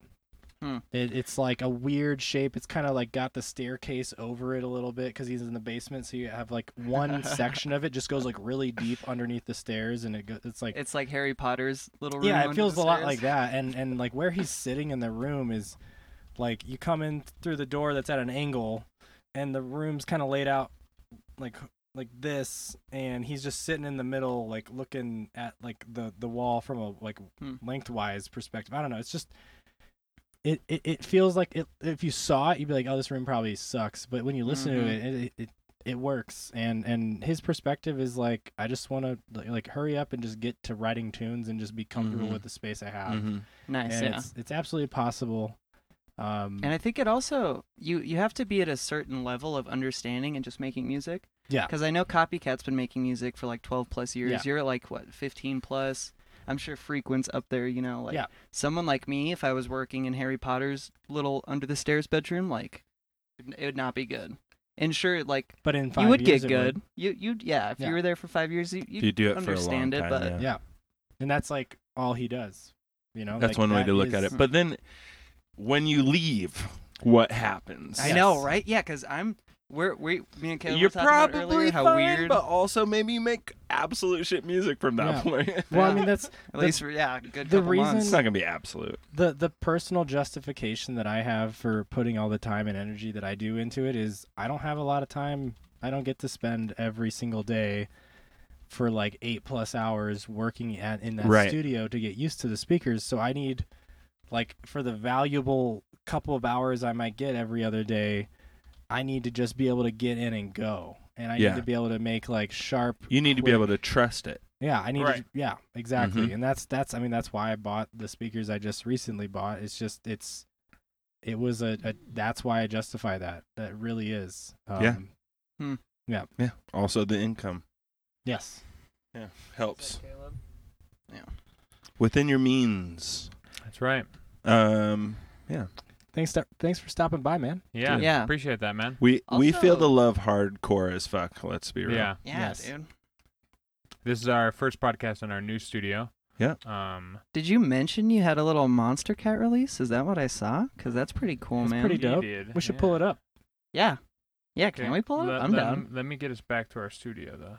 Hmm.
It, it's like a weird shape. It's kind of like got the staircase over it a little bit because he's in the basement. So you have like one section of it just goes like really deep underneath the stairs, and it go, it's like
it's like Harry Potter's little room.
yeah, it
under
feels a
the
lot
stairs.
like that. And and like where he's sitting in the room is like you come in through the door that's at an angle, and the room's kind of laid out like like this, and he's just sitting in the middle, like looking at like the the wall from a like
Hmm.
lengthwise perspective. I don't know. It's just. It, it, it feels like it, if you saw it, you'd be like, oh, this room probably sucks. But when you listen
Mhm.
to it, it, it, it works and and his perspective is like i just want to like, like hurry up and just get to writing tunes and just be comfortable
Mhm.
with the space i have
Mhm.
Nice.
and
yeah.
it's it's absolutely possible um
And I think it also you you have to be at a certain level of understanding and just making music.
Yeah.
Because I know Copycat's been making music for like 12 plus years.
Yeah.
You're at like what 15 plus. I'm sure Frequent's up there. You know, like
Yeah.
someone like me, if I was working in Harry Potter's little under the stairs bedroom, like it would not be good. And sure, like
but in five
you would
years
get
it would.
good. You you'd yeah. If
Yeah.
you were there for five years, you
If you
you
do it
understand
for a
it,
long time, yeah.
but-
Yeah. and that's like all he does you know
that's
Like,
one way
that
to look at
is-
it. But then, when you leave, what happens?
I know,
Yes.
right? Yeah, because I'm we're we me and Caleb
You're
were talking about
probably
earlier how
fine,
weird.
but also maybe you make absolute shit music from that
Yeah.
point.
well i
Yeah.
mean that's
at least for yeah, a good
the
couple
reason-
months.
it's not gonna be absolute.
the the personal justification that I have for putting all the time and energy that I do into it is I don't have a lot of time. I don't get to spend every single day for like eight plus hours working at in that
Right.
studio to get used to the speakers. So I need like for the valuable couple of hours I might get every other day, I need to just be able to get in and go. And I
Yeah.
need to be able to make like sharp
You need to be
quick-
able to trust it.
yeah, I need.
Right.
To, yeah, exactly.
Mm-hmm.
And that's that's. I mean, that's why I bought the speakers I just recently bought. It's just it's, it was a. a that's why I justify that. That really is. Um,
Yeah.
Hmm.
Yeah.
Yeah. Also, the income
Yes.
yeah helps within your means.
That's right.
Um,
Thanks. To, thanks for stopping by, man.
Yeah.
Yeah.
Appreciate that, man.
we we feel
Also-
the love hardcore as fuck. Let's be real.
Yeah.
Yeah,
Yes.
dude.
This is our first podcast in our new studio.
Yeah.
Um.
Did you mention you had a little Monster Cat release? Is that what I saw? Because that's pretty cool,
That's
Oh, man.
pretty dope.
did,
We should pull
yeah.
it up.
Yeah. Yeah, can
Okay,
we pull it
Let,
up? I'm
let
down.
m- Let me get us back to our studio, though.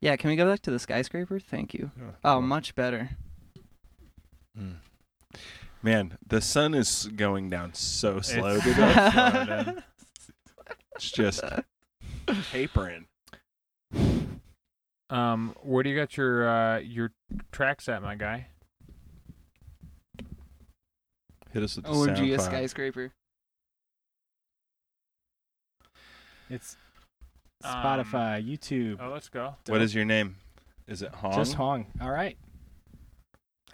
Yeah, can we go back to the skyscraper? Thank you.
Yeah.
Oh, much better.
Mm. Man, the sun is going down so slow.
It's-
today.
That's slow, dude.
It's just tapering.
Um, where do you got your uh, your tracks at, my guy?
Hit us with the sound
OMG, a
file.
skyscraper.
It's
Um,
Spotify, YouTube,
Oh, let's go.
What is your name? Is it Hong?
just Hong. All right.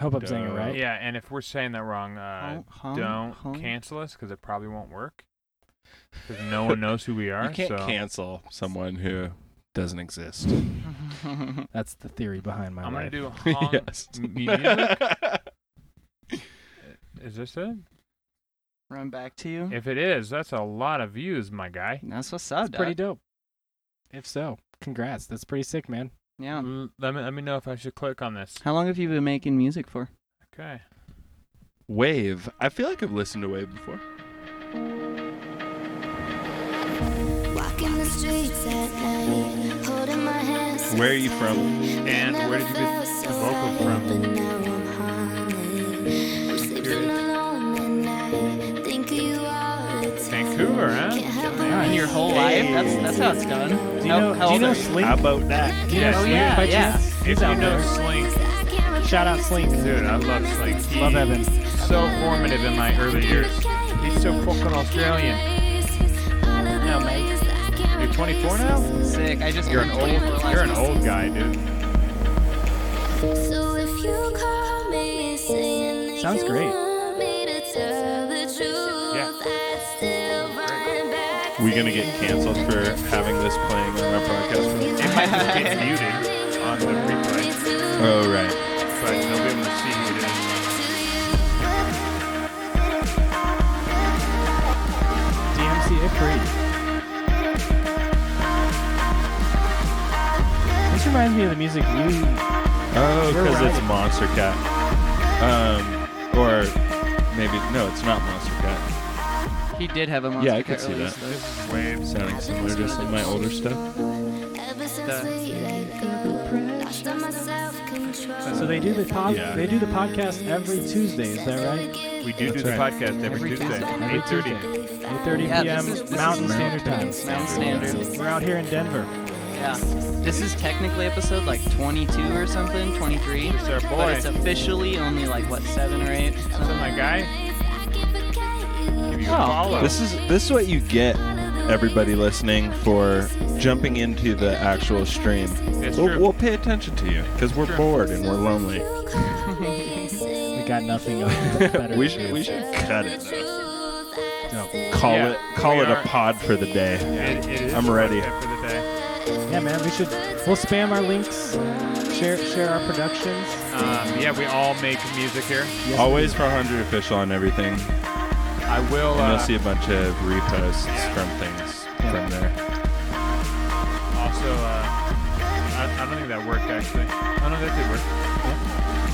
Hope I'm saying it
Dope.
right.
Yeah, and if we're saying that wrong, uh,
Hong- Hong-
don't
Hong.
cancel us because it probably won't work. Because no one knows who we are.
You can't
so
cancel someone who doesn't exist.
That's the theory behind my
I'm gonna
life.
do Hong
yes.
Media. is this it?
Run back to you.
If it is, that's a lot of views, my guy.
That's what's up,
That's pretty
dude.
dope. If so, congrats. That's pretty sick, man.
Yeah.
L- let me let me know if I should click on this.
How long have you been making music for?
Okay.
Wave. I feel like I've listened to Wave before.
Walking the streets at night, holding my hands.
Where are you from?
And where did you get the vocal from?
But now I'm haunted. I'm sleeping alone at night. Think of you all the time.
Vancouver, huh?
Can't help
In your whole life? That's that's how it's done.
Do you
how,
know? do
how
you
old
know
are you?
Slink?
about that?
Yeah,
oh
Slink.
yeah,
by
yeah.
chance?
If you know Slink,
Slink.
Shout out Slink.
dude, I love Slink. He-
Love Evan.
so formative in my early years. He's so fucking Australian.
No, mate.
You're 24 now?
Sick. I just
You're an old you're an old guy, dude.
So if you call me saying that
Sounds
you
great.
want me to tell the truth,
Yeah.
I'd still run back
We
to
gonna get canceled for having this playing on our podcast?
It might just get muted on the replay,
Oh right.
but they'll be able to see who it is.
DMC Ifri. This reminds me of the music you.
Oh,
We're
because it's
riding.
Monster Cat. Um, or maybe no, it's not Monster Cat.
He did have a monster
I
cat
could see
release,
that.
though.
This is waves.
Sounding similar to some of my older stuff.
Ever since we let go, lost all my self-control.
So they do the pod,
Yeah.
they do the podcast every Tuesday. Is that right?
We do do
That's
the
right.
podcast every,
Every
Tuesday,
Tuesday.
Every
8:30.
Tuesday, 8:30
Yeah,
p.m.
this is- this
Mountain
is-
Standard Time.
Mountain Standard.
We're out here in Denver.
Yeah. This is technically episode like 22 or something, 23.
It's our
But
boy.
it's officially only like, what, 7 or 8?
So my guy, give you a
Oh.
follow.
Oh. This is this is what you get everybody listening for jumping into the actual stream.
That's
We'll,
true.
we'll pay attention to you because we're
Sure.
bored and we're lonely.
We got nothing on the better
we
to
should
do.
we should cut it.
No.
Call
Yeah,
it call
we
it a
are-
pod for the day.
It- it is
I'm ready.
worth it for the day.
Yeah, man, we should. We'll spam our links, share share our productions.
Um, yeah, we all make music here.
Yes,
Always for 100 official on everything.
I will.
And
Uh,
you'll see a bunch of reposts from things
Yeah.
from there.
Also, uh, I, I don't think that worked actually. Oh no, that did work.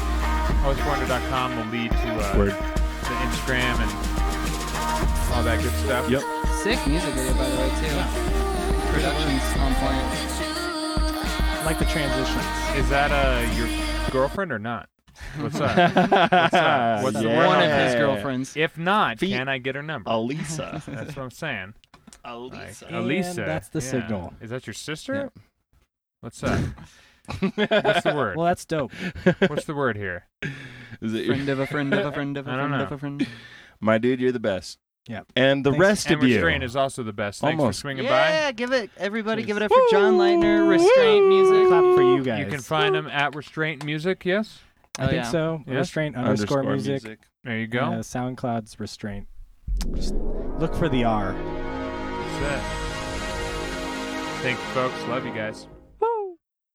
Host400.com will lead to uh,
Word.
to Instagram and all that good stuff.
Yep.
Sick music video, by the way, too. Productions on point.
like the transitions.
Is that uh, your girlfriend or not? What's up? up? What's the word
One of
Yeah.
his girlfriends.
if not,
Feet.
can I get her
Oh.
number?
Alisa.
That's what I'm saying. Like,
Alisa.
Elisa.
that's the
yeah.
signal.
Is that your sister? What's up? What's the word?
Well, that's dope.
What's the word here?
Is it
Friend of a friend of a friend of a
I don't
friend of
know.
a friend.
my dude, you're the best.
Yeah.
And the
Thanks.
rest
and
of you.
restraint is also the best. Thanks
Almost.
for swinging by.
Yeah, give it everybody, give it up for
Woo!
John Leitner, restraint music.
Clap for you guys.
You can find them at Restraint Music. Yes,
I
Oh,
think
yeah.
so.
Yeah.
Restraint underscore, music.
there you
Uh,
go.
SoundCloud's restraint. Just look for the R.
That's it. Thank you, folks. Love you guys.